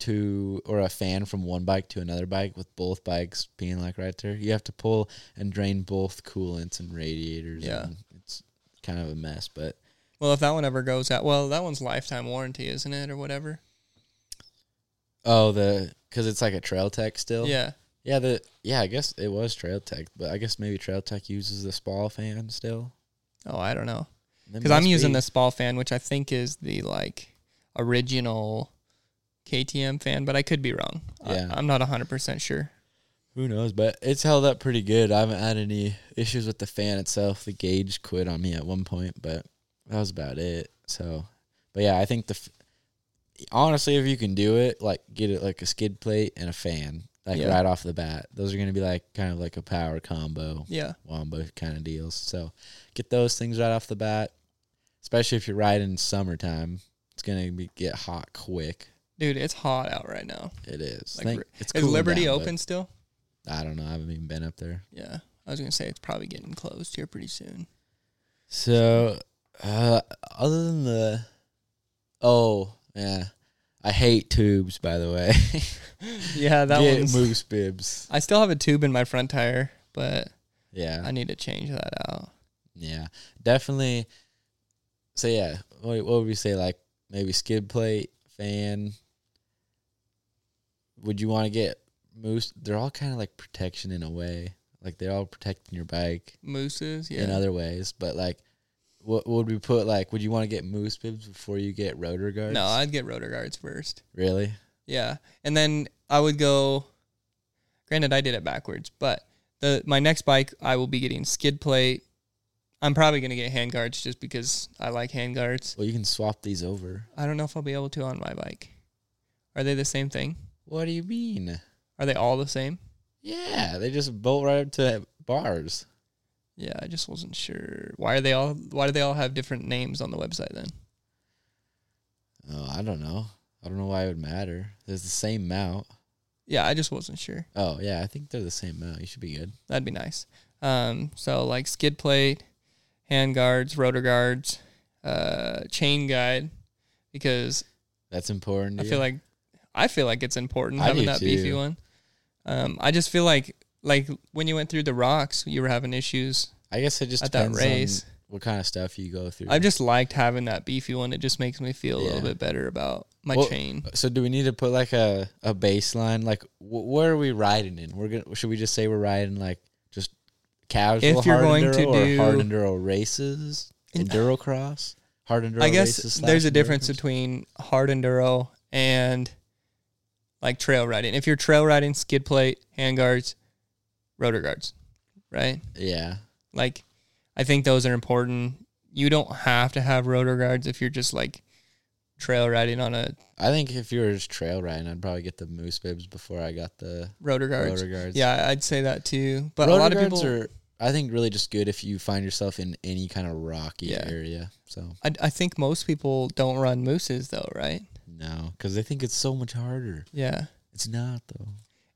Speaker 2: two or a fan from one bike to another bike with both bikes being like right there. You have to pull and drain both coolants and radiators.
Speaker 1: Yeah.
Speaker 2: and it's kind of a mess, but
Speaker 1: Well, if that one ever goes out, well, that one's lifetime warranty, isn't it, or whatever?
Speaker 2: oh the because it's like a Trail Tech still.
Speaker 1: Yeah,
Speaker 2: yeah, the yeah I guess it was Trail Tech, but I guess maybe Trail Tech uses the Spall fan still.
Speaker 1: Oh, I don't know.
Speaker 2: They
Speaker 1: Because I'm
Speaker 2: must
Speaker 1: using
Speaker 2: be.
Speaker 1: the Spall fan, which I think is the like original KTM fan, but I could be wrong.
Speaker 2: Yeah.
Speaker 1: I, I'm not 100% sure.
Speaker 2: Who knows? But it's held up pretty good. I haven't had any issues with the fan itself. The gauge quit on me at one point, but that was about it. So, but yeah, I think the f- honestly, if you can do it, like get it like a skid plate and a fan, like
Speaker 1: Yeah.
Speaker 2: right off the bat. Those are gonna be like kind of like a power combo,
Speaker 1: Yeah.
Speaker 2: wombo kind of deals. So, get those things right off the bat, especially if you're riding in summertime. It's gonna be, get hot quick.
Speaker 1: Dude, it's hot out right now.
Speaker 2: It is.
Speaker 1: Like,
Speaker 2: Think-
Speaker 1: re-
Speaker 2: it's
Speaker 1: Is
Speaker 2: cooling
Speaker 1: Liberty
Speaker 2: down, but
Speaker 1: open still?
Speaker 2: I don't know. I haven't even been up there.
Speaker 1: Yeah. I was going to say it's probably getting closed here pretty soon.
Speaker 2: So, uh, other than the, oh yeah, I hate tubes. By the way,
Speaker 1: Yeah, that
Speaker 2: Get
Speaker 1: one's.
Speaker 2: moose bibs.
Speaker 1: I still have a tube in my front tire, but I
Speaker 2: Yeah,
Speaker 1: need to change that out.
Speaker 2: yeah, definitely. So yeah, what, what would we say? Like maybe skid plate fan. Would you want to get moose? They're all kind of like protection in a way. Like they're all protecting your bike
Speaker 1: Mooses, yeah.
Speaker 2: in other ways, but like. What would we put like? Would you want to get moose bibs before you get rotor guards?
Speaker 1: no, I'd get rotor guards first.
Speaker 2: really.
Speaker 1: Yeah. And then I would go granted I did it backwards, but the my next bike I will be getting skid plate. I'm probably gonna get hand guards just because I like hand guards.
Speaker 2: Well, you can swap these over.
Speaker 1: I don't know if I'll be able to on my bike. Are they the same thing?
Speaker 2: What do you mean?
Speaker 1: Are they all the same?
Speaker 2: Yeah, they just bolt right up to bars.
Speaker 1: Yeah, I just wasn't sure. Why are they all why do they all have different names on the website then?
Speaker 2: Oh, I don't know. I don't know why it would matter. There's the same mount.
Speaker 1: Yeah, I just wasn't sure.
Speaker 2: Oh, yeah, I think they're the same mount. You should be good.
Speaker 1: That'd be nice. Um, so like skid plate, hand guards, rotor guards, uh, chain guide, because
Speaker 2: That's important.
Speaker 1: I
Speaker 2: to
Speaker 1: feel
Speaker 2: you?
Speaker 1: like I feel like it's important
Speaker 2: I
Speaker 1: having
Speaker 2: do
Speaker 1: that beefy
Speaker 2: too.
Speaker 1: one. Um, I just feel like like when you went through the rocks, you were having issues
Speaker 2: I guess it just
Speaker 1: at that
Speaker 2: depends
Speaker 1: race.
Speaker 2: on what kind of stuff you go through.
Speaker 1: I've just liked having that beefy one. It just makes me feel a
Speaker 2: Yeah.
Speaker 1: little bit better about my
Speaker 2: Well,
Speaker 1: chain.
Speaker 2: so do we need to put like a, a baseline? Like wh- where are we riding in? We're gonna should we just say we're riding like just casual
Speaker 1: If you're
Speaker 2: hard
Speaker 1: going
Speaker 2: enduro
Speaker 1: to
Speaker 2: or hard
Speaker 1: do-
Speaker 2: enduro races,
Speaker 1: In-
Speaker 2: enduro cross, hard enduro.
Speaker 1: I guess
Speaker 2: races slash
Speaker 1: there's a
Speaker 2: enduro
Speaker 1: difference
Speaker 2: cross?
Speaker 1: between hard enduro and like trail riding. If you're trail riding, skid plate, hand guards, rotor guards, right?
Speaker 2: yeah,
Speaker 1: Like, I think those are important. You don't have to have rotor guards if you're just like trail riding on a
Speaker 2: I think if you were just trail riding, I'd probably get the moose bibs before I got the
Speaker 1: rotor guards.
Speaker 2: rotor guards.
Speaker 1: Yeah, I'd say that too. But
Speaker 2: but rotor
Speaker 1: a lot of
Speaker 2: guards
Speaker 1: people
Speaker 2: are I think really just good if you find yourself in any kind of rocky
Speaker 1: Yeah.
Speaker 2: area. So
Speaker 1: I, I think most people don't run mooses though, right?
Speaker 2: no, because they think it's so much harder.
Speaker 1: Yeah.
Speaker 2: It's not though.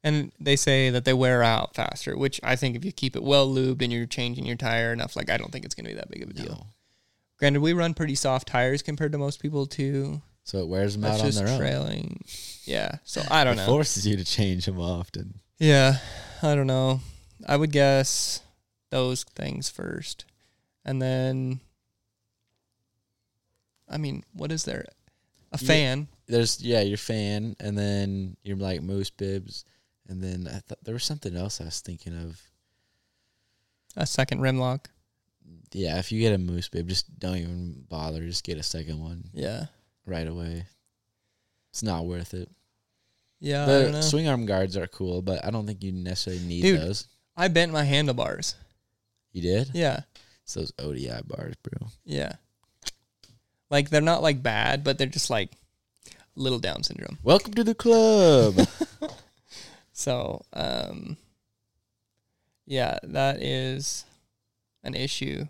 Speaker 1: And they say that they wear out faster, which I think if you keep it well lubed and you're changing your tire enough, like I don't think it's going to be that big of a deal.
Speaker 2: No.
Speaker 1: Granted, we run pretty soft tires compared to most people too.
Speaker 2: So it wears them out
Speaker 1: That's
Speaker 2: on
Speaker 1: just
Speaker 2: their own.
Speaker 1: trailing. Yeah. So I don't
Speaker 2: it
Speaker 1: know.
Speaker 2: forces you to change them often.
Speaker 1: Yeah. I don't know. I would guess those things first. And then, I mean, what is there? A
Speaker 2: Yeah.
Speaker 1: fan.
Speaker 2: There's yeah, your fan, and then your like moose bibs, and then I thought there was something else I was thinking of.
Speaker 1: a second rim lock.
Speaker 2: Yeah, if you get a moose bib, just don't even bother. Just get a second one
Speaker 1: Yeah.
Speaker 2: right away. It's not worth it.
Speaker 1: Yeah. I don't know.
Speaker 2: the swing arm guards are cool, but I don't think you necessarily need
Speaker 1: Dude.
Speaker 2: those.
Speaker 1: I bent my handlebars.
Speaker 2: You did?
Speaker 1: Yeah.
Speaker 2: It's those ODI bars, bro.
Speaker 1: Yeah. Like they're not like bad, but they're just like little down syndrome.
Speaker 2: Welcome to the club.
Speaker 1: So, um yeah, that is an issue.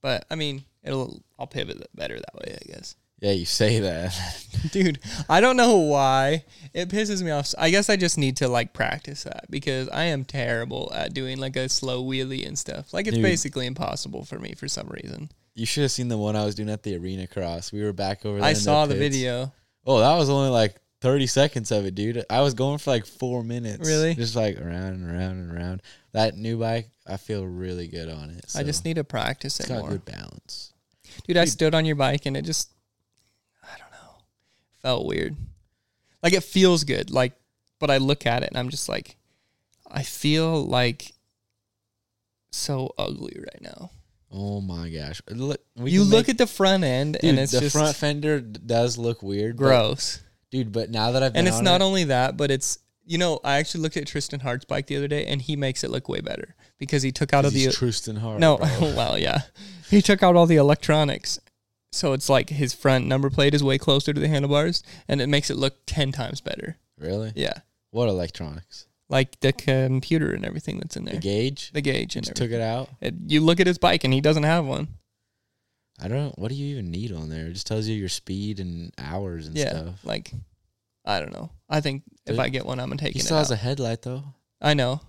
Speaker 1: But I mean, it'll I'll pivot it better that way, I guess.
Speaker 2: yeah, you say that.
Speaker 1: Dude, I don't know why it pisses me off. I guess I just need to like practice that because I am terrible at doing like a slow wheelie and stuff. Like it's
Speaker 2: Dude.
Speaker 1: basically impossible for me for some reason.
Speaker 2: You should have seen the one I was doing at the arena cross. We were back over there.
Speaker 1: I
Speaker 2: in the
Speaker 1: saw the
Speaker 2: pits.
Speaker 1: video.
Speaker 2: Oh, that was only like 30 seconds of it, dude. I was going for like four minutes.
Speaker 1: Really?
Speaker 2: Just like around and around and around. That new bike, I feel really good on it.
Speaker 1: I just need to practice
Speaker 2: it's
Speaker 1: it
Speaker 2: got
Speaker 1: more.
Speaker 2: good balance.
Speaker 1: Dude, I stood on your bike and it just I don't know. Felt weird. Like it feels good, like but I look at it and I'm just like I feel like so ugly right now.
Speaker 2: Oh my gosh. Look, we
Speaker 1: you
Speaker 2: can
Speaker 1: look
Speaker 2: make-
Speaker 1: at the front end
Speaker 2: dude,
Speaker 1: and it's
Speaker 2: the
Speaker 1: just
Speaker 2: front fender d- does look weird. but-
Speaker 1: gross.
Speaker 2: dude, but now that I've been
Speaker 1: and it's
Speaker 2: on
Speaker 1: not
Speaker 2: it,
Speaker 1: only that, but it's you know I actually looked at Tristan Hart's bike the other day, and he makes it look way better because he took out of
Speaker 2: he's
Speaker 1: the
Speaker 2: Tristan Hart.
Speaker 1: no,
Speaker 2: bro.
Speaker 1: well, yeah, he took out all the electronics, so it's like his front number plate is way closer to the handlebars, and it makes it look ten times better.
Speaker 2: Really?
Speaker 1: Yeah,
Speaker 2: What electronics?
Speaker 1: like the computer and everything that's in there,
Speaker 2: The
Speaker 1: the,
Speaker 2: gauge?
Speaker 1: gauge and
Speaker 2: Just took it out?
Speaker 1: everything. It- you look at his bike, and he doesn't have one.
Speaker 2: I don't. What do you even need on there? It just tells you your speed and hours and
Speaker 1: yeah,
Speaker 2: stuff.
Speaker 1: like I don't know. I think if
Speaker 2: Dude,
Speaker 1: I get one, I'm gonna take
Speaker 2: He
Speaker 1: it.
Speaker 2: still
Speaker 1: out.
Speaker 2: has a headlight though.
Speaker 1: I know,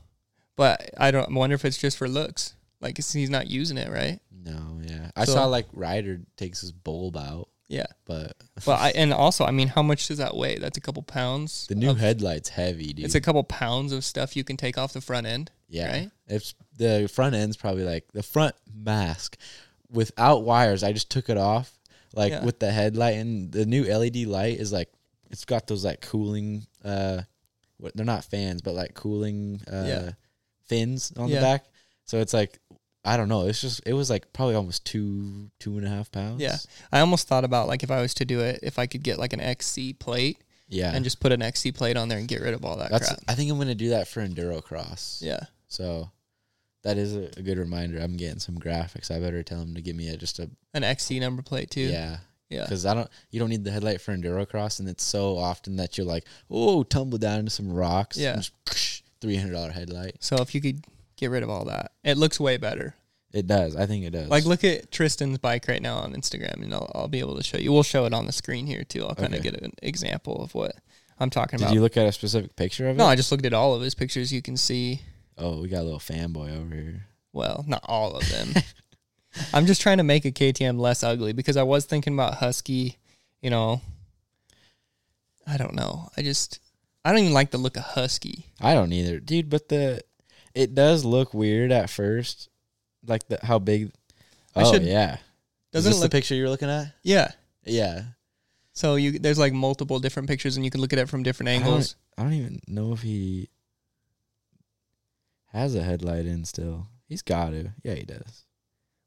Speaker 1: but I don't. I wonder if it's just for looks. Like 'cause he's not using it, right?
Speaker 2: No, yeah. I
Speaker 1: So-
Speaker 2: saw like Ryder takes his bulb out,
Speaker 1: Yeah.
Speaker 2: but
Speaker 1: But I and also, I mean, how much does that weigh? That's a couple pounds.
Speaker 2: the new
Speaker 1: of-
Speaker 2: headlight's heavy, dude.
Speaker 1: It's a couple pounds of stuff you can take off the front end.
Speaker 2: yeah.
Speaker 1: right?
Speaker 2: It's the front end's probably like the front mask without wires. I just took it off, like
Speaker 1: Yeah.
Speaker 2: with the headlight, and the new LED light is like it's got those like cooling. uh what, They're not fans, but like cooling uh
Speaker 1: Yeah.
Speaker 2: fins on
Speaker 1: Yeah.
Speaker 2: the back. So it's like I don't know. It's just it was like probably almost two two and a half pounds.
Speaker 1: Yeah. I almost thought about like if I was to do it, if I could get like an XC plate
Speaker 2: yeah.
Speaker 1: and just put an XC plate on there and get rid of all that
Speaker 2: That's.
Speaker 1: crap.
Speaker 2: I think I'm gonna do that for enduro cross.
Speaker 1: Yeah.
Speaker 2: So that is a, a good reminder. I'm getting some graphics. I better tell him to give me a, just a
Speaker 1: An XC number plate too. Yeah.
Speaker 2: yeah, because I don't. You don't need the headlight for endurocross, and it's so often that you're like, oh, tumble down into some rocks.
Speaker 1: Yeah.
Speaker 2: Three hundred dollar headlight.
Speaker 1: So if you could get rid of all that, it looks way better.
Speaker 2: It does. I think it does.
Speaker 1: Like look at Tristan's bike right now on Instagram, and I'll, I'll be able to show you. We'll show it on the screen here too. I'll kind of
Speaker 2: Okay.
Speaker 1: get an example of what I'm talking
Speaker 2: Did
Speaker 1: about.
Speaker 2: you look at a specific picture of it?
Speaker 1: no, I just looked at all of his pictures. You can see,
Speaker 2: Oh, we got a little fanboy over here.
Speaker 1: well, not all of them. I'm just trying to make a KTM less ugly because I was thinking about Husky. You know, I don't know. I just I don't even like the look of Husky.
Speaker 2: I don't either, dude. But the it does look weird at first, like the how big
Speaker 1: I
Speaker 2: oh
Speaker 1: should-
Speaker 2: yeah. Is
Speaker 1: Doesn't
Speaker 2: this
Speaker 1: it
Speaker 2: the
Speaker 1: look?
Speaker 2: picture you were looking at?
Speaker 1: yeah.
Speaker 2: Yeah.
Speaker 1: So you there's like multiple different pictures, and you can look at it from different
Speaker 2: I don't-
Speaker 1: angles.
Speaker 2: I don't even know if he has a headlight in still. He's got to. Yeah, he does.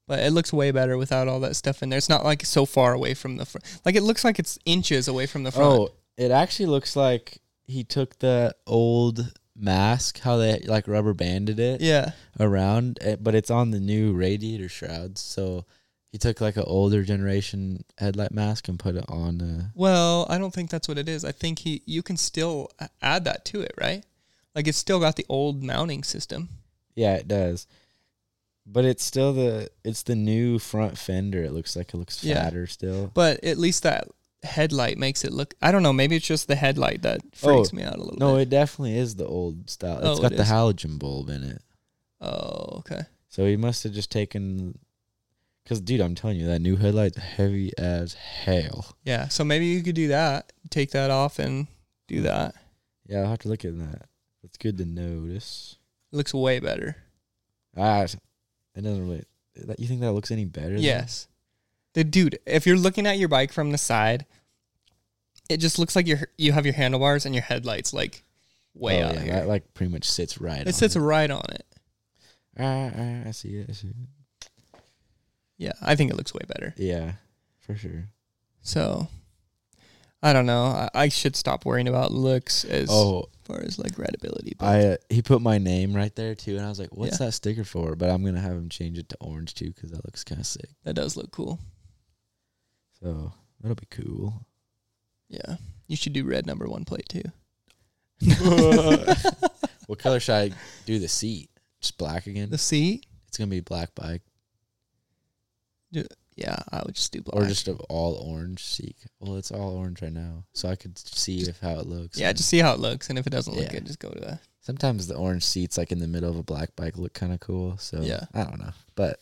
Speaker 1: But it looks way better without all that stuff in there. It's not like so far away from the front. Like it looks like it's inches away from the front.
Speaker 2: Oh, it actually looks like he took the old mask, how they like rubber banded it
Speaker 1: yeah.
Speaker 2: around, eh, but it's on the new radiator shrouds. So he took like an older generation headlight mask and put it on. Uh,
Speaker 1: Well, I don't think that's what it is. I think he you can still a- add that to it, right? Like it's still got the old mounting system.
Speaker 2: yeah, it does. But it's still the it's the new front fender. It looks like it looks
Speaker 1: Yeah.
Speaker 2: fatter still.
Speaker 1: But at least that headlight makes it look I don't know, maybe it's just the headlight that freaks me out a little
Speaker 2: Oh, No,
Speaker 1: bit.
Speaker 2: it definitely is the old style. It's
Speaker 1: Oh,
Speaker 2: got
Speaker 1: it
Speaker 2: the
Speaker 1: is.
Speaker 2: halogen bulb in it.
Speaker 1: Oh, okay.
Speaker 2: So he must have just taken. Because, dude, I'm telling you, that new headlight's heavy as hell.
Speaker 1: Yeah. So maybe you could do that. Take that off and do
Speaker 2: Mm.
Speaker 1: that.
Speaker 2: Yeah, I'll have to look at that. It's good to notice.
Speaker 1: It looks way better.
Speaker 2: Ah, it doesn't really. That, you think that looks any better? than-
Speaker 1: Yes. The dude, if you're looking at your bike from the side, it just looks like you are you have your handlebars and your headlights like way
Speaker 2: oh,
Speaker 1: out
Speaker 2: yeah,
Speaker 1: here.
Speaker 2: That, like, pretty much sits right on
Speaker 1: it sits right on it.
Speaker 2: Ah, ah, I see it. I see it.
Speaker 1: Yeah, I think it looks way better.
Speaker 2: Yeah, for sure.
Speaker 1: So I don't know. I, I should stop worrying about looks as
Speaker 2: Oh,
Speaker 1: far as like rideability. But
Speaker 2: I uh, he put my name right there, too. And I was like, what's
Speaker 1: Yeah.
Speaker 2: that sticker for? But I'm going to have him change it to orange, too, because that looks kind of sick.
Speaker 1: that does look cool.
Speaker 2: So that'll be cool.
Speaker 1: Yeah. You should do red number one plate too.
Speaker 2: What color should I do the seat? Just black again?
Speaker 1: The seat?
Speaker 2: It's gonna be black bike
Speaker 1: Yeah, I would just do black.
Speaker 2: or just an all orange seat. Well, it's all orange right now, so I could see if how it looks.
Speaker 1: yeah,
Speaker 2: And
Speaker 1: just see how it looks, and if it doesn't look
Speaker 2: Yeah.
Speaker 1: good, just go to that.
Speaker 2: sometimes the orange seats like in the middle of a black bike look kind of cool. So
Speaker 1: Yeah.
Speaker 2: I don't know, but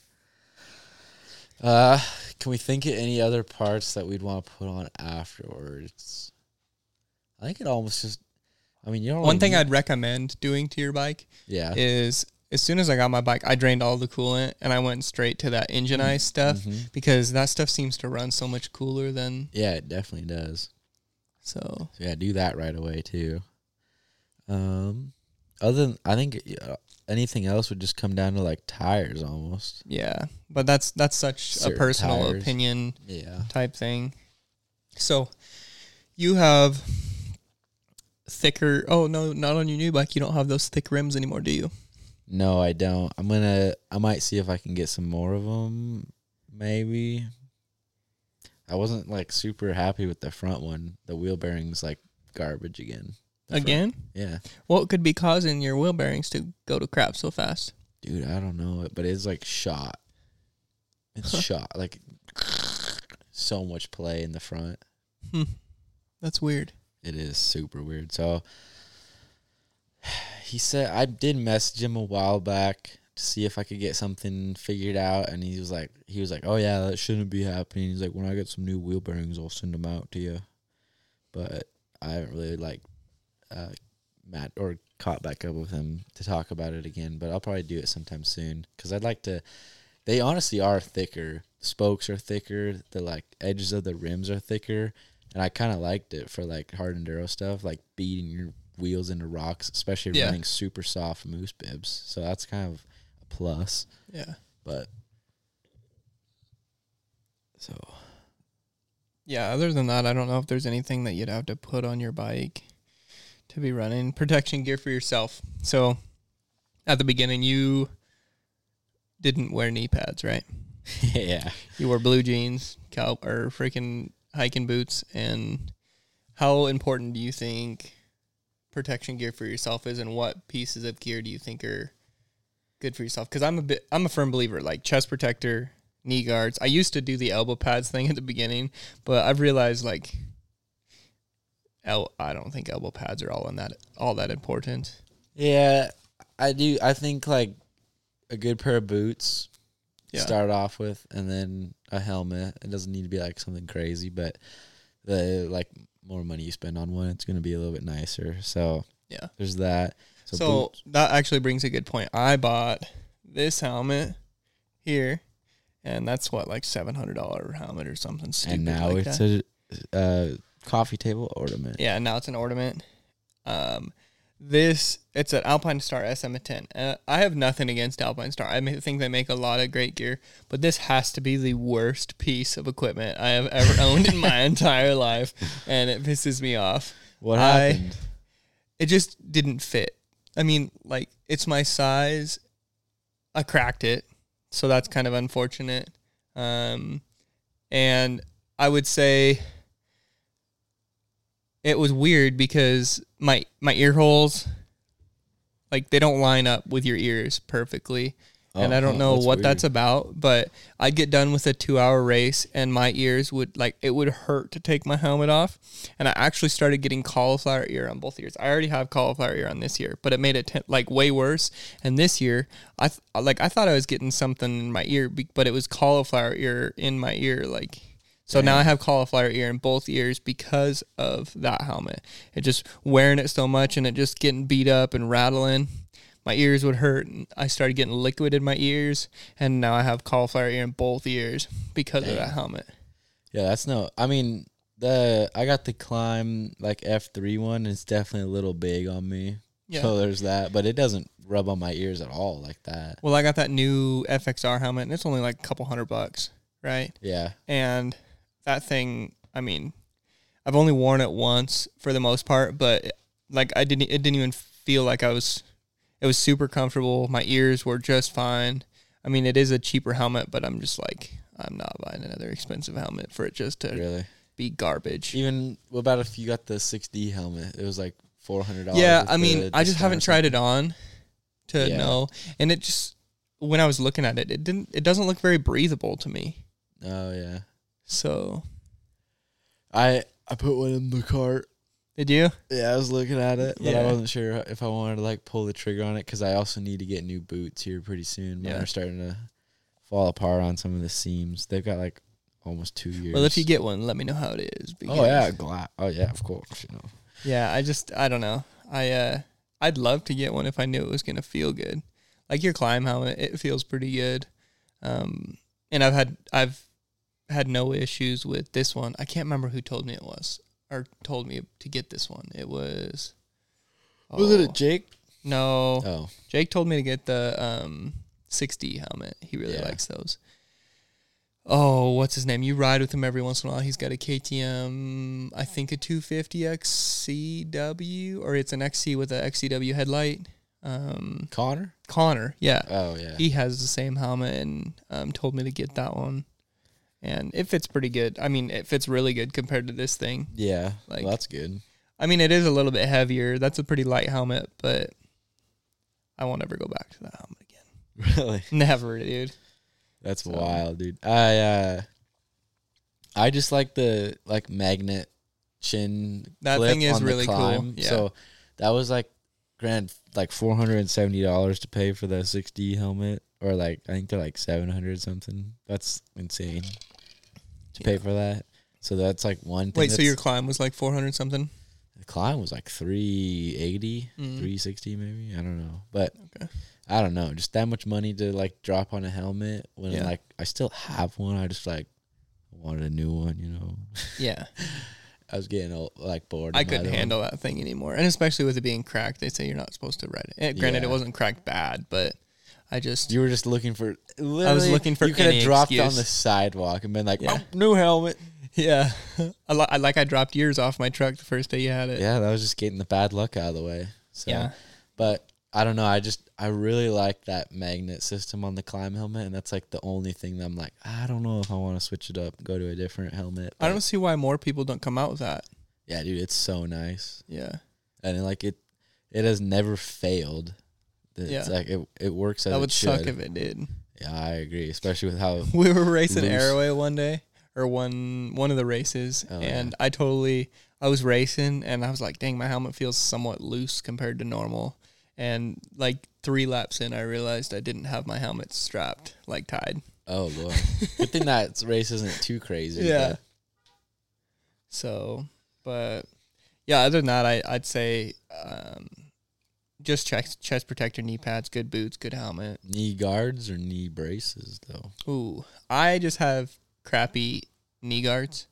Speaker 2: uh, can we think of any other parts that we'd want to put on afterwards? I think it almost just. I mean, you don't.
Speaker 1: One
Speaker 2: really
Speaker 1: thing
Speaker 2: need-
Speaker 1: I'd recommend doing to your bike
Speaker 2: Oh, yeah.
Speaker 1: is as soon as I got my bike, I drained all the coolant and I went straight to that engine ice stuff
Speaker 2: Mhm.
Speaker 1: because that stuff seems to run so much cooler than
Speaker 2: Yeah, it definitely does.
Speaker 1: so.
Speaker 2: So yeah, do that right away too. Um, other than I think uh, anything else would just come down to like tires almost.
Speaker 1: Yeah, but that's that's such
Speaker 2: Certain
Speaker 1: a personal
Speaker 2: tires.
Speaker 1: opinion
Speaker 2: Yeah.
Speaker 1: type thing. So you have thicker. Oh no, not on your new bike. You don't have those thick rims anymore, do you?
Speaker 2: No, I don't. I'm gonna. I might see if I can get some more of them. Maybe. I wasn't like super happy with the front one. The wheel bearings like garbage again. The front-
Speaker 1: Again,
Speaker 2: yeah,
Speaker 1: what could be causing your wheel bearings to go to crap so fast?
Speaker 2: dude. I don't know, but it's like shot. It's shot like so much play in the front.
Speaker 1: Hmm. That's weird.
Speaker 2: It is super weird. So he said I did message him a while back to see if I could get something figured out and he was like he was like, "Oh yeah, that shouldn't be happening." He's like, "When I get some new wheel bearings, I'll send them out to you." But I haven't really like uh Matt or caught back up with him to talk about it again, but I'll probably do it sometime soon cuz I'd like to they honestly are thicker. Spokes are thicker, the like edges of the rims are thicker and I kind of liked it for like hard enduro stuff, like beating your wheels into rocks, especially
Speaker 1: Yeah.
Speaker 2: running super soft moose bibs. So that's kind of a plus.
Speaker 1: Yeah.
Speaker 2: But so
Speaker 1: Yeah, other than that, I don't know if there's anything that you'd have to put on your bike to be running protection gear for yourself. So at the beginning, you didn't wear knee pads, right?
Speaker 2: yeah,
Speaker 1: You wore blue jeans, cow or freaking hiking boots. And how important do you think protection gear for yourself is, and what pieces of gear do you think are good for yourself? Because I'm a bit, I'm a firm believer, like chest protector, knee guards. I used to do the elbow pads thing at the beginning, but I've realized like, el- I don't think elbow pads are all in that all that important.
Speaker 2: yeah. I do. I think like a good pair of boots
Speaker 1: Yeah.
Speaker 2: start off with, and then a helmet. It doesn't need to be like something crazy, but the like more money you spend on one, it's gonna be a little bit nicer. So
Speaker 1: Yeah.
Speaker 2: there's that.
Speaker 1: So,
Speaker 2: boots-
Speaker 1: that actually brings a good point. I bought this helmet here, and that's what like seven hundred dollar helmet or something stupid.
Speaker 2: and now
Speaker 1: like
Speaker 2: it's
Speaker 1: that.
Speaker 2: a uh, coffee table ornament.
Speaker 1: yeah, now it's an ornament. Um, this it's an Alpine Star SM10. Uh, I have nothing against Alpine Star. I ma- think they make a lot of great gear, but this has to be the worst piece of equipment I have ever owned in my entire life, and it pisses me off.
Speaker 2: What
Speaker 1: I-
Speaker 2: happened?
Speaker 1: it just didn't fit. I mean, like it's my size. I cracked it, so that's kind of unfortunate. Um, and I would say it was weird because my my ear holes, like they don't line up with your ears perfectly, and
Speaker 2: Oh,
Speaker 1: I don't
Speaker 2: huh,
Speaker 1: know
Speaker 2: that's
Speaker 1: what
Speaker 2: weird.
Speaker 1: that's about. But I'd get done with a two hour race, and my ears would like it would hurt to take my helmet off, and I actually started getting cauliflower ear on both ears. I already have cauliflower ear on this year, but it made it ten, like way worse. And this year, I th- like I thought I was getting something in my ear, be- but it was cauliflower ear in my ear. Like so now I have cauliflower ear in both ears because of that helmet. It just wearing it so much and it just getting beat up and rattling. My ears would hurt, and I started getting liquid in my ears, and now I have cauliflower ear in both ears because of that helmet.
Speaker 2: Yeah, that's no. I mean, the I got the climb like F three one. It's definitely a little big on me.
Speaker 1: Yeah.
Speaker 2: So there's that, but it doesn't rub on my ears at all like that.
Speaker 1: Well, I got that new FXR helmet, and it's only like a couple hundred bucks, right?
Speaker 2: Yeah,
Speaker 1: And that thing, I mean, I've only worn it once for the most part, but like I didn't, it didn't even feel like I was. It was super comfortable. My ears were just fine. I mean, it is a cheaper helmet, but I'm just like, I'm not buying another expensive helmet for it just to
Speaker 2: really.
Speaker 1: be garbage.
Speaker 2: Even what about if you got the six D helmet? It was like four hundred dollars.
Speaker 1: Yeah, I mean, I just haven't tried it on to
Speaker 2: Yeah.
Speaker 1: know, and it just when I was looking at it, it didn't. It doesn't look very breathable to me.
Speaker 2: Oh yeah,
Speaker 1: So
Speaker 2: I I put one in the cart.
Speaker 1: did you?
Speaker 2: Yeah, I was looking at it, but I
Speaker 1: Yeah.
Speaker 2: wasn't sure if I wanted to like pull the trigger on it because I also need to get new boots here pretty soon. Mine
Speaker 1: Yeah.
Speaker 2: are starting to fall apart on some of the seams. They've got like almost two years.
Speaker 1: Well, if you get one, let me know how it is.
Speaker 2: oh yeah,
Speaker 1: because-
Speaker 2: gla- oh yeah, of course, you know.
Speaker 1: yeah. I just I don't know. I uh, I'd love to get one if I knew it was gonna feel good. Like your climb helmet, it feels pretty good. Um, and I've had I've had no issues with this one. I can't remember who told me it was or told me to get this one. It was.
Speaker 2: Was it a
Speaker 1: oh,
Speaker 2: Jake?
Speaker 1: No.
Speaker 2: Oh,
Speaker 1: Jake told me to get the um 6D helmet. He really
Speaker 2: Yeah.
Speaker 1: likes those. Oh, what's his name? You ride with him every once in a while. He's got a KTM, I think a 250 XCW, or it's an XC with a XCW headlight. Um,
Speaker 2: Connor.
Speaker 1: Connor, yeah,
Speaker 2: Oh yeah,
Speaker 1: he has the same helmet and um, told me to get that one, and it fits pretty good. I mean, it fits really good compared to this thing.
Speaker 2: yeah.
Speaker 1: like-
Speaker 2: well, that's good.
Speaker 1: I mean, it is a little bit heavier. That's a pretty light helmet, but I won't ever go back to that helmet again.
Speaker 2: Really,
Speaker 1: Never, dude.
Speaker 2: that's
Speaker 1: So-
Speaker 2: wild, dude. I uh, I just like the like magnet chin.
Speaker 1: That
Speaker 2: clip
Speaker 1: thing is
Speaker 2: on the
Speaker 1: really cool,
Speaker 2: climb.
Speaker 1: yeah.
Speaker 2: So that was like grand like four hundred and seventy dollars to pay for the six D helmet, or like I think they're like seven hundred something. That's insane to pay for that. So that's like one. Thing
Speaker 1: Wait, so
Speaker 2: that's-
Speaker 1: your climb was like 400 something?
Speaker 2: the climb was like 380
Speaker 1: Mm.
Speaker 2: 360 maybe i don't know but
Speaker 1: Okay.
Speaker 2: i don't know just that much money to like drop on a helmet when
Speaker 1: Yeah.
Speaker 2: like i still have one i just like wanted a new one you know
Speaker 1: Yeah.
Speaker 2: i was getting old, like bored
Speaker 1: I
Speaker 2: with my
Speaker 1: couldn't
Speaker 2: other one.
Speaker 1: handle that thing anymore. And especially with it being cracked, they say you're not supposed to ride it. And granted,
Speaker 2: Yeah.
Speaker 1: it wasn't cracked bad, but I just,
Speaker 2: you were just looking for literally,
Speaker 1: looking for
Speaker 2: you could have
Speaker 1: any
Speaker 2: dropped on
Speaker 1: excuse.
Speaker 2: the sidewalk and been like
Speaker 1: Yeah.
Speaker 2: oh, new helmet
Speaker 1: yeah. I li- I, like I dropped years off my truck the first day you had it.
Speaker 2: yeah that was just getting the bad luck out of the way so
Speaker 1: Yeah.
Speaker 2: but I don't know. I just I really like that magnet system on the climb helmet, and that's like the only thing that I'm like I don't know if I want to switch it up, go to a different helmet.
Speaker 1: I
Speaker 2: but-
Speaker 1: don't see why more people don't come out with that.
Speaker 2: Yeah, dude, it's so nice,
Speaker 1: Yeah.
Speaker 2: and like it, it has never failed. It's
Speaker 1: Yeah.
Speaker 2: like it, it works as
Speaker 1: that
Speaker 2: it
Speaker 1: would
Speaker 2: should.
Speaker 1: suck if it did.
Speaker 2: yeah, I agree, especially with how
Speaker 1: we were racing
Speaker 2: Loose.
Speaker 1: Airway one day or one one of the races
Speaker 2: Oh,
Speaker 1: and I totally I was racing and I was like, dang, my helmet feels somewhat loose compared to normal. And like three laps in I realized I didn't have my helmet strapped, like tied.
Speaker 2: oh lord, good thing that race isn't too crazy.
Speaker 1: Yeah. So but yeah, other than that I, I'd say um just chest chest protector, knee pads, good boots, good helmet.
Speaker 2: Knee guards or knee braces though.
Speaker 1: Ooh, I just have crappy knee guards.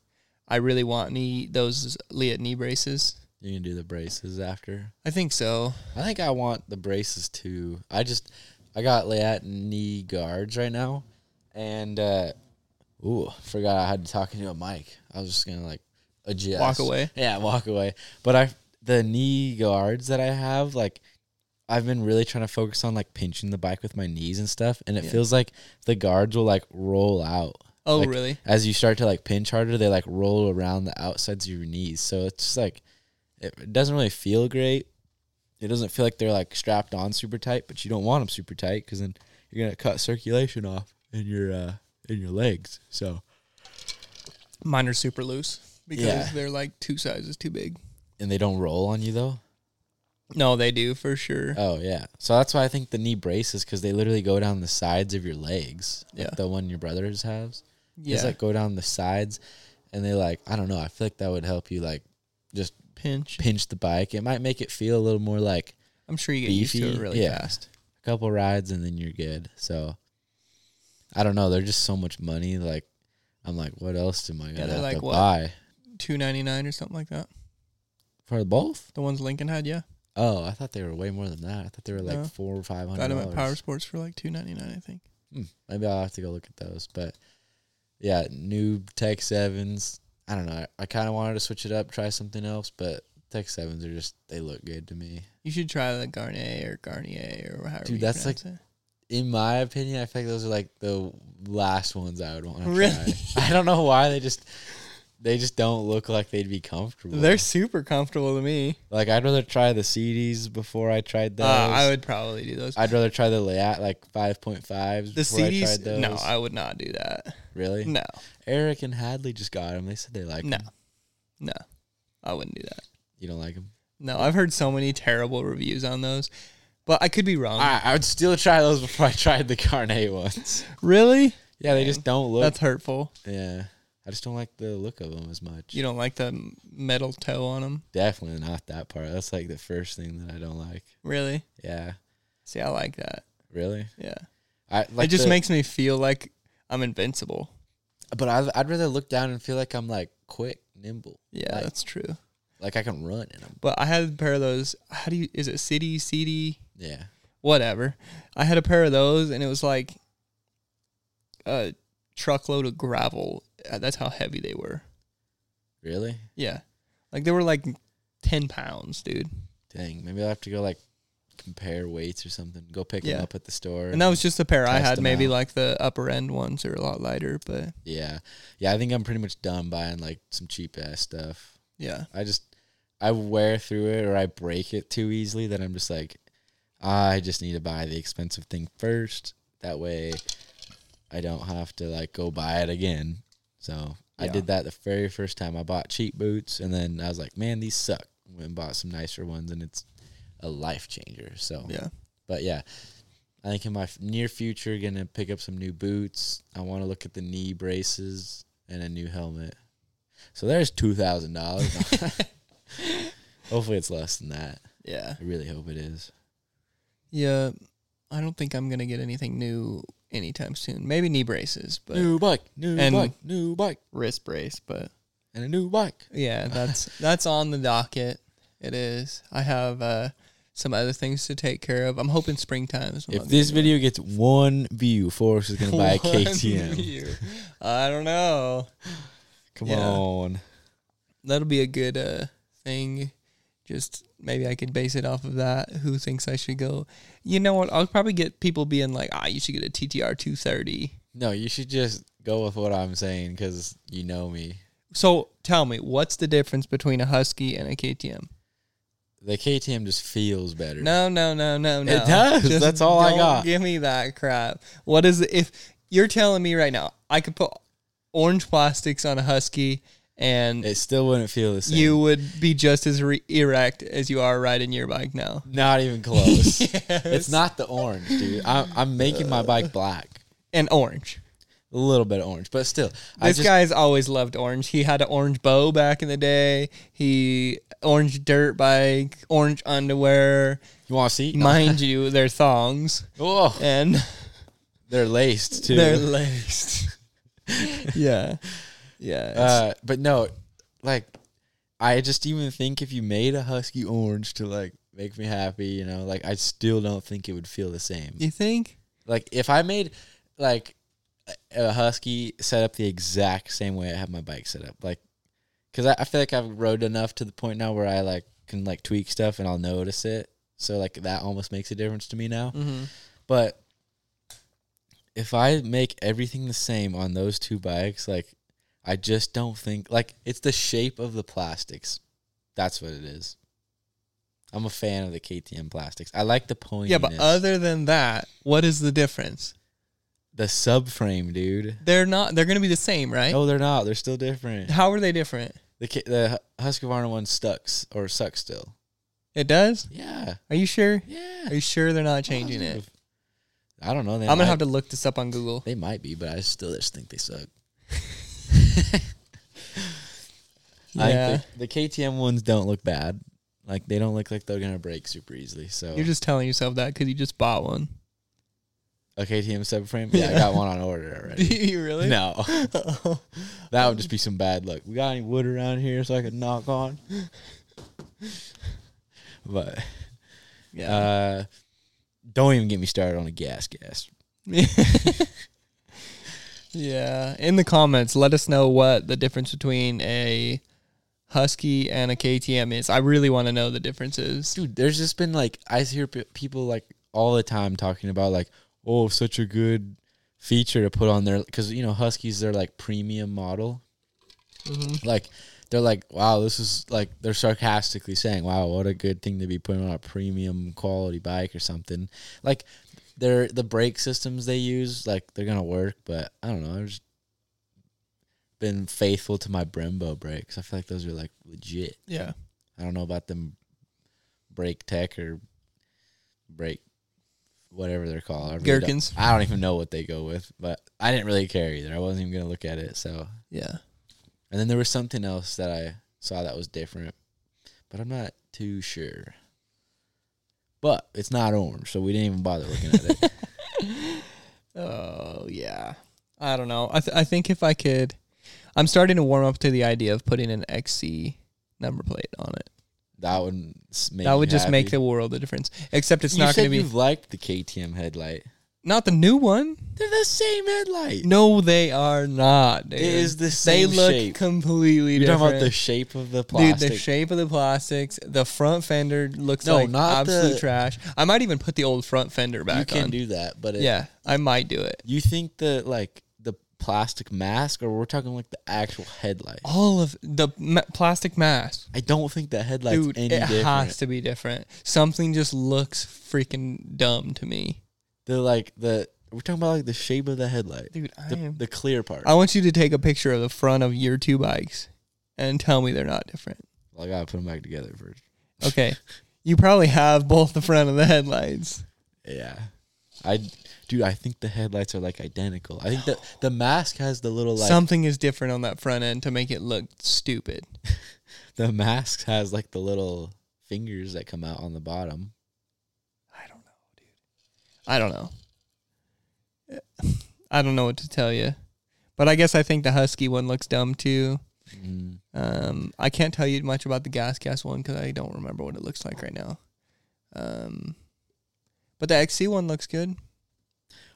Speaker 1: I really want knee those Liat knee braces.
Speaker 2: You can do the braces after.
Speaker 1: I think so.
Speaker 2: I think I want the braces too. I just I got Liat knee guards right now, and uh ooh, forgot I had to talk into a mic. I was just gonna like adjust,
Speaker 1: Walk away.
Speaker 2: Yeah, walk away. But I the knee guards that I have, like I've been really trying to focus on like pinching the bike with my knees and stuff, and it
Speaker 1: Yeah.
Speaker 2: feels like the guards will like roll out
Speaker 1: Oh,
Speaker 2: Like,
Speaker 1: really?
Speaker 2: as you start to like pinch harder, they like roll around the outsides of your knees. So it's just like it, it doesn't really feel great. It doesn't feel like they're like strapped on super tight, but you don't want them super tight because then you're gonna cut circulation off in your uh in your legs. So
Speaker 1: Mine are super loose because
Speaker 2: Yeah.
Speaker 1: they're like two sizes too big.
Speaker 2: and they don't roll on you though.
Speaker 1: No, they do for sure.
Speaker 2: Oh yeah. So that's why I think the knee braces because they literally go down the sides of your legs. like
Speaker 1: Yeah.
Speaker 2: the one your brothers has.
Speaker 1: yeah,
Speaker 2: Yeah. It's like go down the sides, and they like I don't know. I feel like that would help you like just
Speaker 1: pinch.
Speaker 2: pinch the bike. It might make it feel a little more like
Speaker 1: I'm sure you get used
Speaker 2: beefy,
Speaker 1: to it really
Speaker 2: yeah.
Speaker 1: fast.
Speaker 2: a couple rides and then you're good. So I don't know. They're just so much money. Like I'm like, what else am I gonna
Speaker 1: they're
Speaker 2: have
Speaker 1: like
Speaker 2: to
Speaker 1: what?
Speaker 2: buy
Speaker 1: Two ninety nine or something like that.
Speaker 2: for both?
Speaker 1: The ones Lincoln had, yeah.
Speaker 2: Oh, I thought they were way more than that. I thought they were like
Speaker 1: No.
Speaker 2: four or five hundred
Speaker 1: Got them at Power
Speaker 2: dollars.
Speaker 1: Sports for like two ninety nine, I think.
Speaker 2: Hmm, maybe I'll have to go look at those. But yeah, new Tech Sevens. I don't know. I, I kind of wanted to switch it up, try something else, but Tech Sevens are just they look good to me.
Speaker 1: You should try the Garnier or Garnier or however.
Speaker 2: Dude,
Speaker 1: you
Speaker 2: that's like-
Speaker 1: pronounce
Speaker 2: in my opinion, I feel like those are like the last ones I would want to
Speaker 1: Really?
Speaker 2: try. I don't know why they just they just don't look like they'd be comfortable.
Speaker 1: it. they're super comfortable to me.
Speaker 2: like I'd rather try the CDs before I tried those.
Speaker 1: Uh, I would probably do those.
Speaker 2: I'd rather try the layout like five point fives.
Speaker 1: the
Speaker 2: before I
Speaker 1: CDs,
Speaker 2: tried those.
Speaker 1: no, I would not do that.
Speaker 2: really.
Speaker 1: No,
Speaker 2: Eric and Hadley just got them. They said they like
Speaker 1: No.
Speaker 2: them.
Speaker 1: no, I wouldn't do that.
Speaker 2: You don't like them?
Speaker 1: No, I've heard so many terrible reviews on those, but I could be wrong.
Speaker 2: I, I would still try those before I tried the Carnet ones.
Speaker 1: really?
Speaker 2: Yeah, they just don't look.
Speaker 1: That's hurtful.
Speaker 2: yeah, I just don't like the look of them as much.
Speaker 1: You don't like the m- metal toe on them,
Speaker 2: Definitely not that part. That's like the first thing that I don't like.
Speaker 1: really?
Speaker 2: Yeah.
Speaker 1: See, I like that.
Speaker 2: Really?
Speaker 1: Yeah,
Speaker 2: I like
Speaker 1: it just
Speaker 2: the-
Speaker 1: makes me feel like I'm invincible.
Speaker 2: But I, I'd rather look down and feel like I'm like quick, nimble,
Speaker 1: Yeah,
Speaker 2: Like-
Speaker 1: that's true.
Speaker 2: like I can run in them.
Speaker 1: But I had a pair of those. How do you? Is it CD CD?
Speaker 2: Yeah.
Speaker 1: whatever. I had a pair of those, and it was like a truckload of gravel. Uh, That's how heavy they were.
Speaker 2: Really?
Speaker 1: Yeah, like they were like ten pounds, dude.
Speaker 2: Dang. Maybe I'll have to go like compare weights or something. Go pick them
Speaker 1: Yeah.
Speaker 2: up at the store.
Speaker 1: And that was just a pair I
Speaker 2: Test
Speaker 1: had.
Speaker 2: them
Speaker 1: Maybe
Speaker 2: out.
Speaker 1: like the upper end ones are a lot lighter, but
Speaker 2: yeah, yeah. I think I'm pretty much done buying like some cheap ass stuff.
Speaker 1: yeah,
Speaker 2: I just I wear through it or I break it too easily. That I'm just like, "Ah, I just need to buy the expensive thing first. That way, I don't have to like go buy it again. So I
Speaker 1: Yeah.
Speaker 2: did that the very first time. I bought cheap boots, and then I was like, man, these suck. Went and bought some nicer ones, and it's a life changer. So
Speaker 1: yeah.
Speaker 2: but yeah, I think in my f- near future, gonna pick up some new boots. I want to look at the knee braces and a new helmet. So there's two thousand dollars. Hopefully, it's less than that.
Speaker 1: Yeah,
Speaker 2: I really hope it is.
Speaker 1: yeah. I don't think I'm gonna get anything new anytime soon. Maybe knee braces, but
Speaker 2: new bike, new
Speaker 1: and-
Speaker 2: bike, new bike,
Speaker 1: wrist brace. But
Speaker 2: and a new bike.
Speaker 1: yeah, that's that's on the docket. It is. I have uh, some other things to take care of. I'm hoping springtime is when
Speaker 2: If
Speaker 1: I'll
Speaker 2: this
Speaker 1: do it.
Speaker 2: video gets one view, Forrest is gonna buy a
Speaker 1: One
Speaker 2: KTM.
Speaker 1: year. I don't know.
Speaker 2: Come
Speaker 1: Yeah.
Speaker 2: on.
Speaker 1: That'll be a good uh, thing. Just maybe I could base it off of that. Who thinks I should go? You know what? I'll probably get people being like, "Ah, you should get a TTR 230."
Speaker 2: No, you should just go with what I'm saying because you know me.
Speaker 1: So tell me, what's the difference between a Husky and a KTM?
Speaker 2: The KTM just feels better.
Speaker 1: No, no, no, no, no.
Speaker 2: does. That's all I
Speaker 1: don't
Speaker 2: got.
Speaker 1: Give me that crap. What is it? If you're telling me right now, I could put orange plastics on a Husky and
Speaker 2: It still wouldn't feel the same.
Speaker 1: you would be just as re- erect as you are riding your bike now.
Speaker 2: Not even close. It's not the orange, dude. I'm, I'm making my bike black.
Speaker 1: And orange.
Speaker 2: a little bit of orange, but still, I
Speaker 1: This
Speaker 2: just
Speaker 1: guy's always loved orange. He had an orange bow back in the day. He orange dirt bike, orange underwear.
Speaker 2: you want to see? No.
Speaker 1: Mind you, they're thongs
Speaker 2: Whoa,
Speaker 1: and
Speaker 2: they're laced too.
Speaker 1: they're laced. yeah, yeah. it's-
Speaker 2: uh, but no, like I just even think if you made a husky orange to like make me happy, you know, like I still don't think it would feel the same.
Speaker 1: you think?
Speaker 2: Like if I made like a a husky set up the exact same way I have my bike set up, like because I, I feel like I've rode enough to the point now where I like can like tweak stuff and I'll notice it. So like that almost makes a difference to me now.
Speaker 1: Mm-hmm.
Speaker 2: But if I make everything the same on those two bikes, like I just don't think like it's the shape of the plastics. That's what it is. I'm a fan of the KTM plastics. I like the point.
Speaker 1: Yeah, but other than that, what is the difference?
Speaker 2: the subframe, dude.
Speaker 1: They're not. They're gonna be the same, right?
Speaker 2: No, they're not. They're still different.
Speaker 1: How are they different?
Speaker 2: The K- the Hu- Husqvarna one sucks or sucks still.
Speaker 1: It does.
Speaker 2: Yeah,
Speaker 1: Are you sure?
Speaker 2: yeah.
Speaker 1: Are you sure they're not changing it?
Speaker 2: I don't know. They
Speaker 1: I'm
Speaker 2: might,
Speaker 1: gonna have to look this up on Google.
Speaker 2: They might be, but I still just think they suck. I
Speaker 1: Yeah,
Speaker 2: think the KTM ones don't look bad. Like they don't look like they're gonna break super easily. So
Speaker 1: you're just telling yourself that because you just bought one.
Speaker 2: a KTM subframe. Yeah, I
Speaker 1: Yeah.
Speaker 2: got one on order
Speaker 1: Do
Speaker 2: already.
Speaker 1: you really?
Speaker 2: No, that would just be some bad luck. We got any wood around here so I could knock on? But
Speaker 1: Yeah.
Speaker 2: uh, don't even get me started on a gas gas.
Speaker 1: yeah. In the comments, let us know what the difference between a Husky and a KTM is. I really want to know the differences.
Speaker 2: dude there's just been like i hear p- people like all the time talking about like oh such a good feature to put on there because you know huskies they're like premium model like they're like wow this is like they're sarcastically saying wow what a good thing to be putting on a premium quality bike or something like they're the brake systems they use like they're gonna work but i don't know i've just been faithful to my brembo brakes i feel like those are like legit
Speaker 1: Yeah.
Speaker 2: I don't know about them brake tech or brake whatever they're called. I really don't-
Speaker 1: Gherkins.
Speaker 2: I don't even know what they go with, but I didn't really care either. I wasn't even gonna look at it. So
Speaker 1: Yeah.
Speaker 2: and then there was something else that I saw that was different, but I'm not too sure. But it's not orange, so we didn't even bother looking at it.
Speaker 1: Oh, yeah. I don't know. I, th- I think if I could, I'm starting to warm up to the idea of putting an XC number plate on it.
Speaker 2: That would s- make
Speaker 1: that
Speaker 2: me
Speaker 1: would just make
Speaker 2: happy.
Speaker 1: the world a difference. Except it's
Speaker 2: You
Speaker 1: not
Speaker 2: said
Speaker 1: going to be
Speaker 2: you've liked the KTM headlight.
Speaker 1: not the new one.
Speaker 2: They're the same headlight.
Speaker 1: No, they are not. Dude.
Speaker 2: It is the
Speaker 1: they
Speaker 2: same
Speaker 1: look
Speaker 2: shape.
Speaker 1: completely
Speaker 2: You're
Speaker 1: different.
Speaker 2: talking about the shape of the plastic.
Speaker 1: Dude, the shape of the plastics, the front fender looks
Speaker 2: No,
Speaker 1: like
Speaker 2: not
Speaker 1: absolute
Speaker 2: the-
Speaker 1: trash. I might even put the old front fender back
Speaker 2: you can
Speaker 1: on.
Speaker 2: do that, but it,
Speaker 1: yeah, I might do it.
Speaker 2: You think the like the plastic mask, or we're talking like the actual headlight?
Speaker 1: All of the ma- plastic mask,
Speaker 2: I don't think the headlight's
Speaker 1: dude,
Speaker 2: any
Speaker 1: it
Speaker 2: different.
Speaker 1: has to be different. Something just looks freaking dumb to me,
Speaker 2: The like the we're talking about like the shape of the headlight,
Speaker 1: dude. I
Speaker 2: the,
Speaker 1: am. Oh.
Speaker 2: the clear part.
Speaker 1: I want you to take a picture of the front of your two bikes and tell me they're not different.
Speaker 2: Well, I gotta put them back together first.
Speaker 1: Okay, you probably have both the front of the headlights.
Speaker 2: Yeah, I dude, I think the headlights are like identical. I think the the mask has the little like
Speaker 1: Something is different on that front end to make it look stupid.
Speaker 2: the mask has like the little fingers that come out on the bottom.
Speaker 1: I don't know, dude. I don't know. I don't know what to tell you, but I guess I think the Husky one looks dumb too.
Speaker 2: Mm.
Speaker 1: Um, I can't tell you much about the Gas Gas one because I don't remember what it looks like right now. Um, but the XC one looks good.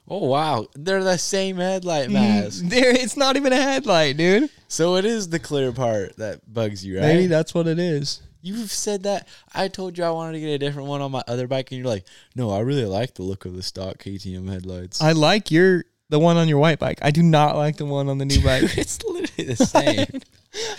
Speaker 2: Oh wow, they're the same headlight mask.
Speaker 1: Mm, There, it's not even a headlight, dude.
Speaker 2: So it is the clear part that bugs you, right?
Speaker 1: Maybe that's what it is.
Speaker 2: You've said that. I told you I wanted to get a different one on my other bike, and you're like, no, I really like the look of the stock KTM headlights.
Speaker 1: I like your the one on your white bike. I do not like the one on the new bike.
Speaker 2: it's literally the same.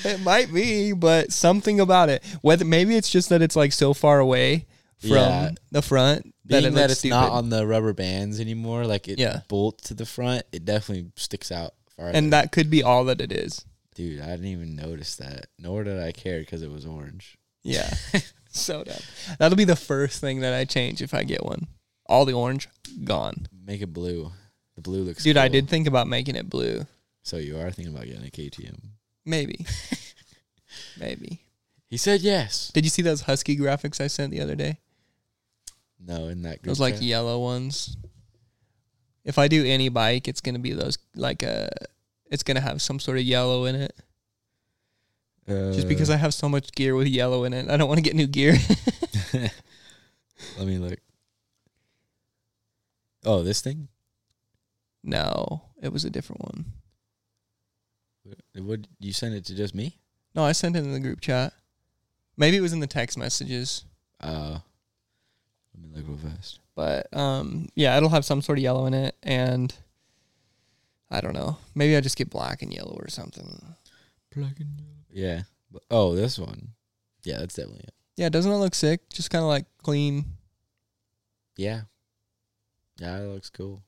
Speaker 1: It might be, but something about it. Whether maybe it's just that it's like so far away from
Speaker 2: Yeah.
Speaker 1: the front
Speaker 2: Being
Speaker 1: that it looks
Speaker 2: that it's
Speaker 1: stupid.
Speaker 2: not on the rubber bands anymore, like it
Speaker 1: Yeah.
Speaker 2: bolts to the front, it definitely sticks out farther.
Speaker 1: and that could be all that it is.
Speaker 2: Dude, I didn't even notice that, nor did I care because it was orange.
Speaker 1: Yeah. so dumb. That'll be the first thing that I change if I get one. All the orange gone.
Speaker 2: Make it blue. The blue looks.
Speaker 1: Dude, I
Speaker 2: cool.
Speaker 1: did think about making it blue.
Speaker 2: So you are thinking about getting a KTM.
Speaker 1: Maybe. Maybe.
Speaker 2: He said yes.
Speaker 1: Did you see those husky graphics I sent the other day?
Speaker 2: No, in that group.
Speaker 1: Those like
Speaker 2: chat?
Speaker 1: yellow ones. If I do any bike, it's gonna be those like uh it's gonna have some sort of yellow in it. Just because
Speaker 2: Uh,
Speaker 1: I have so much gear with yellow in it, I don't want to get new gear.
Speaker 2: Let me look. Oh, this thing.
Speaker 1: no, it was a different one.
Speaker 2: It Would you send it to just me?
Speaker 1: No, I sent it in the group chat. Maybe it was in the text messages,
Speaker 2: Uh, let me look real fast.
Speaker 1: but um, yeah, it'll have some sort of yellow in it, and I don't know. Maybe I just get black and yellow or something.
Speaker 2: Yeah. But- Oh, this one. Yeah, that's definitely it.
Speaker 1: Yeah, doesn't it look sick? Just kind of like clean,
Speaker 2: Yeah. Yeah, it looks cool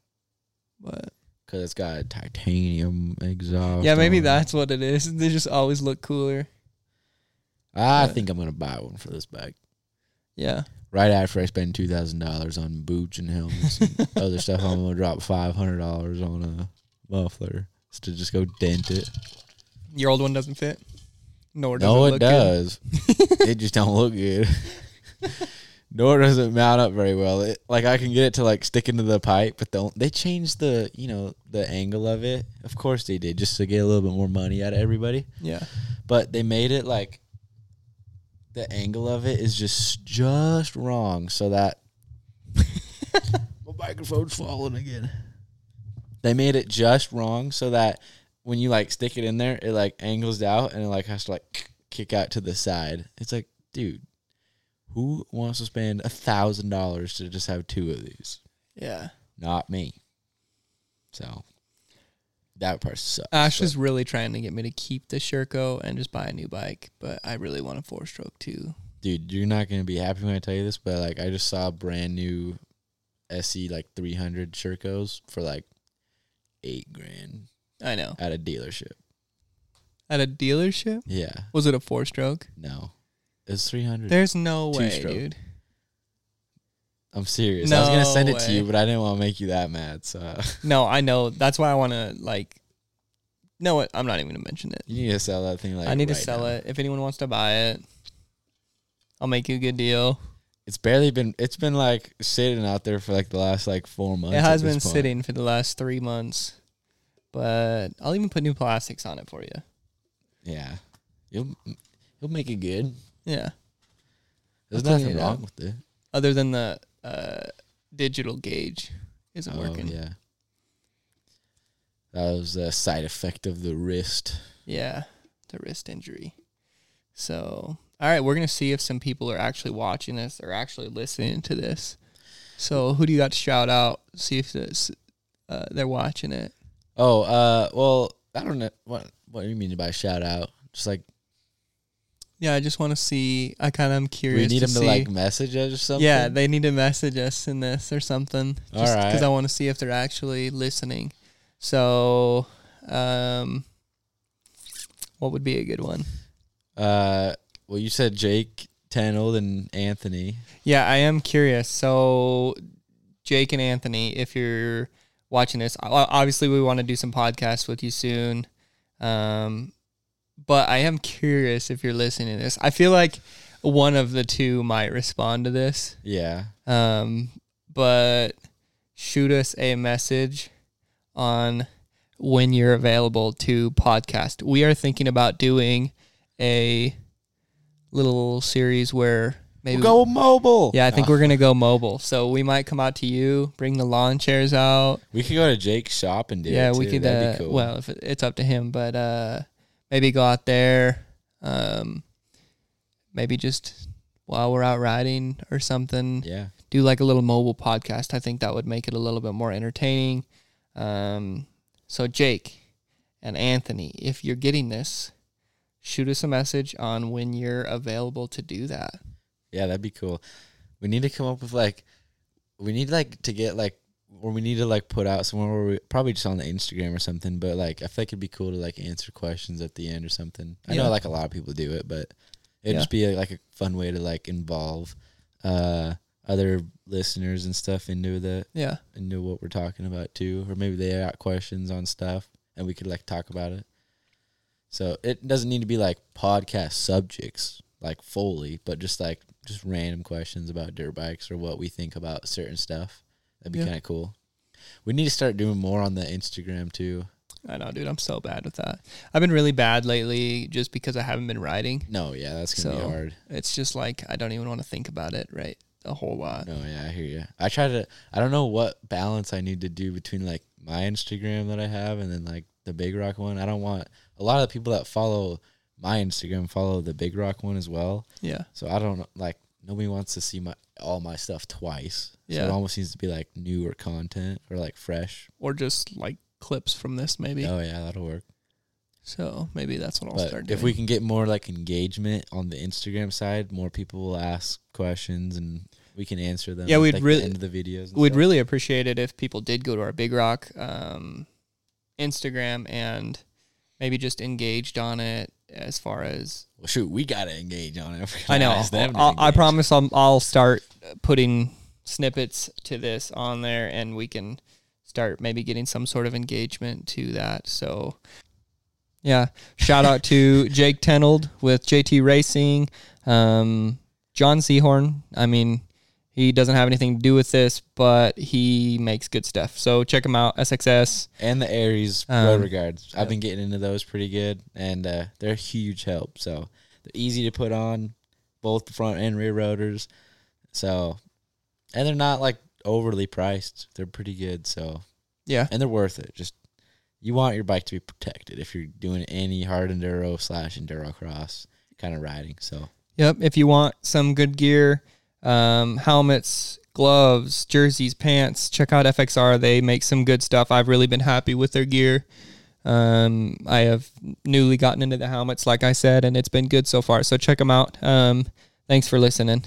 Speaker 1: but
Speaker 2: because it's got a titanium exhaust.
Speaker 1: yeah, maybe
Speaker 2: on it.
Speaker 1: that's what it is. They just always look cooler.
Speaker 2: I
Speaker 1: but-
Speaker 2: think I'm gonna buy one for this bike.
Speaker 1: Yeah,
Speaker 2: Right after I spend two thousand dollars on boots and helmets and other stuff, I'm gonna drop five hundred dollars on a muffler just to just go dent it.
Speaker 1: your old one doesn't fit. Nor does
Speaker 2: No,
Speaker 1: it,
Speaker 2: it,
Speaker 1: look good.
Speaker 2: does. it just don't look good. Nor does it mount up very well. It, like I can get it to like stick into the pipe, but don't they changed the you know the angle of it? Of course they did, just to get a little bit more money out of everybody.
Speaker 1: Yeah,
Speaker 2: But they made it like the angle of it is just just wrong, so that my microphone's falling again. They made it just wrong so that when you like stick it in there, it like angles out and it like has to like kick out to the side. It's like, dude, who wants to spend a thousand dollars to just have two of these?
Speaker 1: yeah.
Speaker 2: Not me. So that part sucks.
Speaker 1: Ash
Speaker 2: but-
Speaker 1: is really trying to get me to keep the Sherco and just buy a new bike, but I really want a four stroke too.
Speaker 2: dude, you're not gonna be happy when I tell you this, but like I just saw brand new SE like 300 Shercos for like eight grand
Speaker 1: I know.
Speaker 2: at a dealership.
Speaker 1: At a dealership?
Speaker 2: Yeah,
Speaker 1: Was it a four stroke?
Speaker 2: no, it's 300.
Speaker 1: There's no way,
Speaker 2: Two-stroke.
Speaker 1: dude.
Speaker 2: I'm serious. I was gonna
Speaker 1: No
Speaker 2: send it to you,
Speaker 1: way.
Speaker 2: but I didn't want to make you that mad. So
Speaker 1: No, I know. That's why I want to like. No, what? I'm not even gonna mention it.
Speaker 2: you need to sell that thing. Like
Speaker 1: I need to
Speaker 2: right
Speaker 1: sell
Speaker 2: now.
Speaker 1: it. If anyone wants to buy it, I'll make you a good deal.
Speaker 2: It's barely been. It's been like sitting out there for like the last like four months.
Speaker 1: it
Speaker 2: at
Speaker 1: has
Speaker 2: this
Speaker 1: been
Speaker 2: point.
Speaker 1: sitting for the last three months, but I'll even put new plastics on it for you.
Speaker 2: Yeah, you'll you'll make it good.
Speaker 1: Yeah.
Speaker 2: There's
Speaker 1: I'll clean
Speaker 2: nothing
Speaker 1: it
Speaker 2: wrong
Speaker 1: up.
Speaker 2: with it.
Speaker 1: Other than the uh, digital gauge isn't working. Yeah.
Speaker 2: Oh, Yeah. That was a side effect of the wrist.
Speaker 1: the wrist injury. So, all right, we're gonna see if some people are actually watching this or actually listening to this. So, who do you got to shout out? See if this, uh, they're watching it.
Speaker 2: Oh, uh, well, I don't know what what do you mean by shout out. Just like
Speaker 1: Yeah, I just want to see. I kind of am
Speaker 2: do
Speaker 1: curious.
Speaker 2: we need
Speaker 1: to
Speaker 2: him
Speaker 1: see.
Speaker 2: to like message us or something.
Speaker 1: Yeah, they need to message us in this or something. Just
Speaker 2: All right.
Speaker 1: Because I want to see if they're actually listening. So, um, what would be a good one?
Speaker 2: uh, well, you said Jake Tanold and Anthony.
Speaker 1: Yeah, I am curious. So, Jake and Anthony, if you're watching this, o- obviously we want to do some podcasts with you soon. Um, but I am curious if you're listening to this. I feel like one of the two might respond to this.
Speaker 2: Yeah,
Speaker 1: Um, but shoot us a message on when you're available to podcast. We are thinking about doing a little series where maybe
Speaker 2: we'll go mobile.
Speaker 1: yeah, I think
Speaker 2: Nah,
Speaker 1: we're gonna go mobile. So we might come out to you, bring the lawn chairs out.
Speaker 2: we could go to Jake's shop and do
Speaker 1: yeah,
Speaker 2: it.
Speaker 1: we
Speaker 2: too.
Speaker 1: could. Uh,
Speaker 2: That'd be cool.
Speaker 1: Well, if it, it's up to him, but uh, maybe go out there. Um, maybe just while we're out riding or something
Speaker 2: yeah,
Speaker 1: do like a little mobile podcast. I think that would make it a little bit more entertaining. Um, so Jake and Anthony, if you're getting this, shoot us a message on when you're available to do that.
Speaker 2: yeah, that'd be cool. We need to come up with like, we need like to get like, or we need to like put out somewhere where we probably just on the Instagram or something. But like, I feel like it'd be cool to like answer questions at the end or something. I
Speaker 1: Yeah.
Speaker 2: know like a lot of people do it, but it'd
Speaker 1: Yeah.
Speaker 2: just be like a fun way to like involve uh other listeners and stuff into the
Speaker 1: Yeah.
Speaker 2: into what we're talking about too, or maybe they got questions on stuff and we could like talk about it. So it doesn't need to be like podcast subjects like fully, but just like just random questions about dirt bikes or what we think about certain stuff. That'd be
Speaker 1: Yeah.
Speaker 2: kind of cool. We need to start doing more on the Instagram too.
Speaker 1: I know, dude. I'm so bad with that. I've been really bad lately just because I haven't been riding.
Speaker 2: No, yeah, that's gonna
Speaker 1: So-
Speaker 2: be hard.
Speaker 1: It's just like I don't even want to think about it, right? A whole lot.
Speaker 2: No, Oh, yeah, I hear you. I try to. I don't know what balance I need to do between like my Instagram that I have and then like the Big Rock one. I don't want a lot of the people that follow my Instagram follow the Big Rock one as well.
Speaker 1: Yeah.
Speaker 2: So I don't like nobody wants to see my all my stuff twice. So
Speaker 1: Yeah.
Speaker 2: it almost needs to be like newer content or like fresh.
Speaker 1: Or just like clips from this maybe.
Speaker 2: Oh yeah, that'll work.
Speaker 1: So maybe that's what I'll
Speaker 2: but
Speaker 1: start doing.
Speaker 2: if we can get more like engagement on the Instagram side, more people will ask questions and we can answer them.
Speaker 1: Yeah,
Speaker 2: at,
Speaker 1: we'd
Speaker 2: like,
Speaker 1: really-
Speaker 2: the end of the videos. and
Speaker 1: We'd
Speaker 2: stuff.
Speaker 1: really appreciate it if people did go to our Big Rock um, Instagram and maybe just engaged on it as far as
Speaker 2: Well, shoot, we gotta engage on it. We're gonna
Speaker 1: I know.
Speaker 2: ask them to
Speaker 1: I'll, I
Speaker 2: engage.
Speaker 1: promise I'm, I'll start putting snippets to this on there and we can start maybe getting some sort of engagement to that. So, yeah. Shout out to Jake Tenold with JT Racing. Um, John Seahorn. I mean, he doesn't have anything to do with this, but he makes good stuff. So check him out. SXS.
Speaker 2: And the Aries
Speaker 1: Um,
Speaker 2: road regards. I've
Speaker 1: yep.
Speaker 2: been getting into those pretty good, and uh, they're a huge help. So they're easy to put on, both the front and rear rotors. So, and they're not like overly priced. They're pretty good. So,
Speaker 1: Yeah.
Speaker 2: and they're worth it. Just you want your bike to be protected if you're doing any hard enduro slash enduro cross kind of riding. So
Speaker 1: Yep. If you want some good gear, um, helmets, gloves, jerseys, pants, check out FXR. They make some good stuff. I've really been happy with their gear. Um, I have newly gotten into the helmets, like I said, and it's been good so far. So check them out. Um, thanks for listening.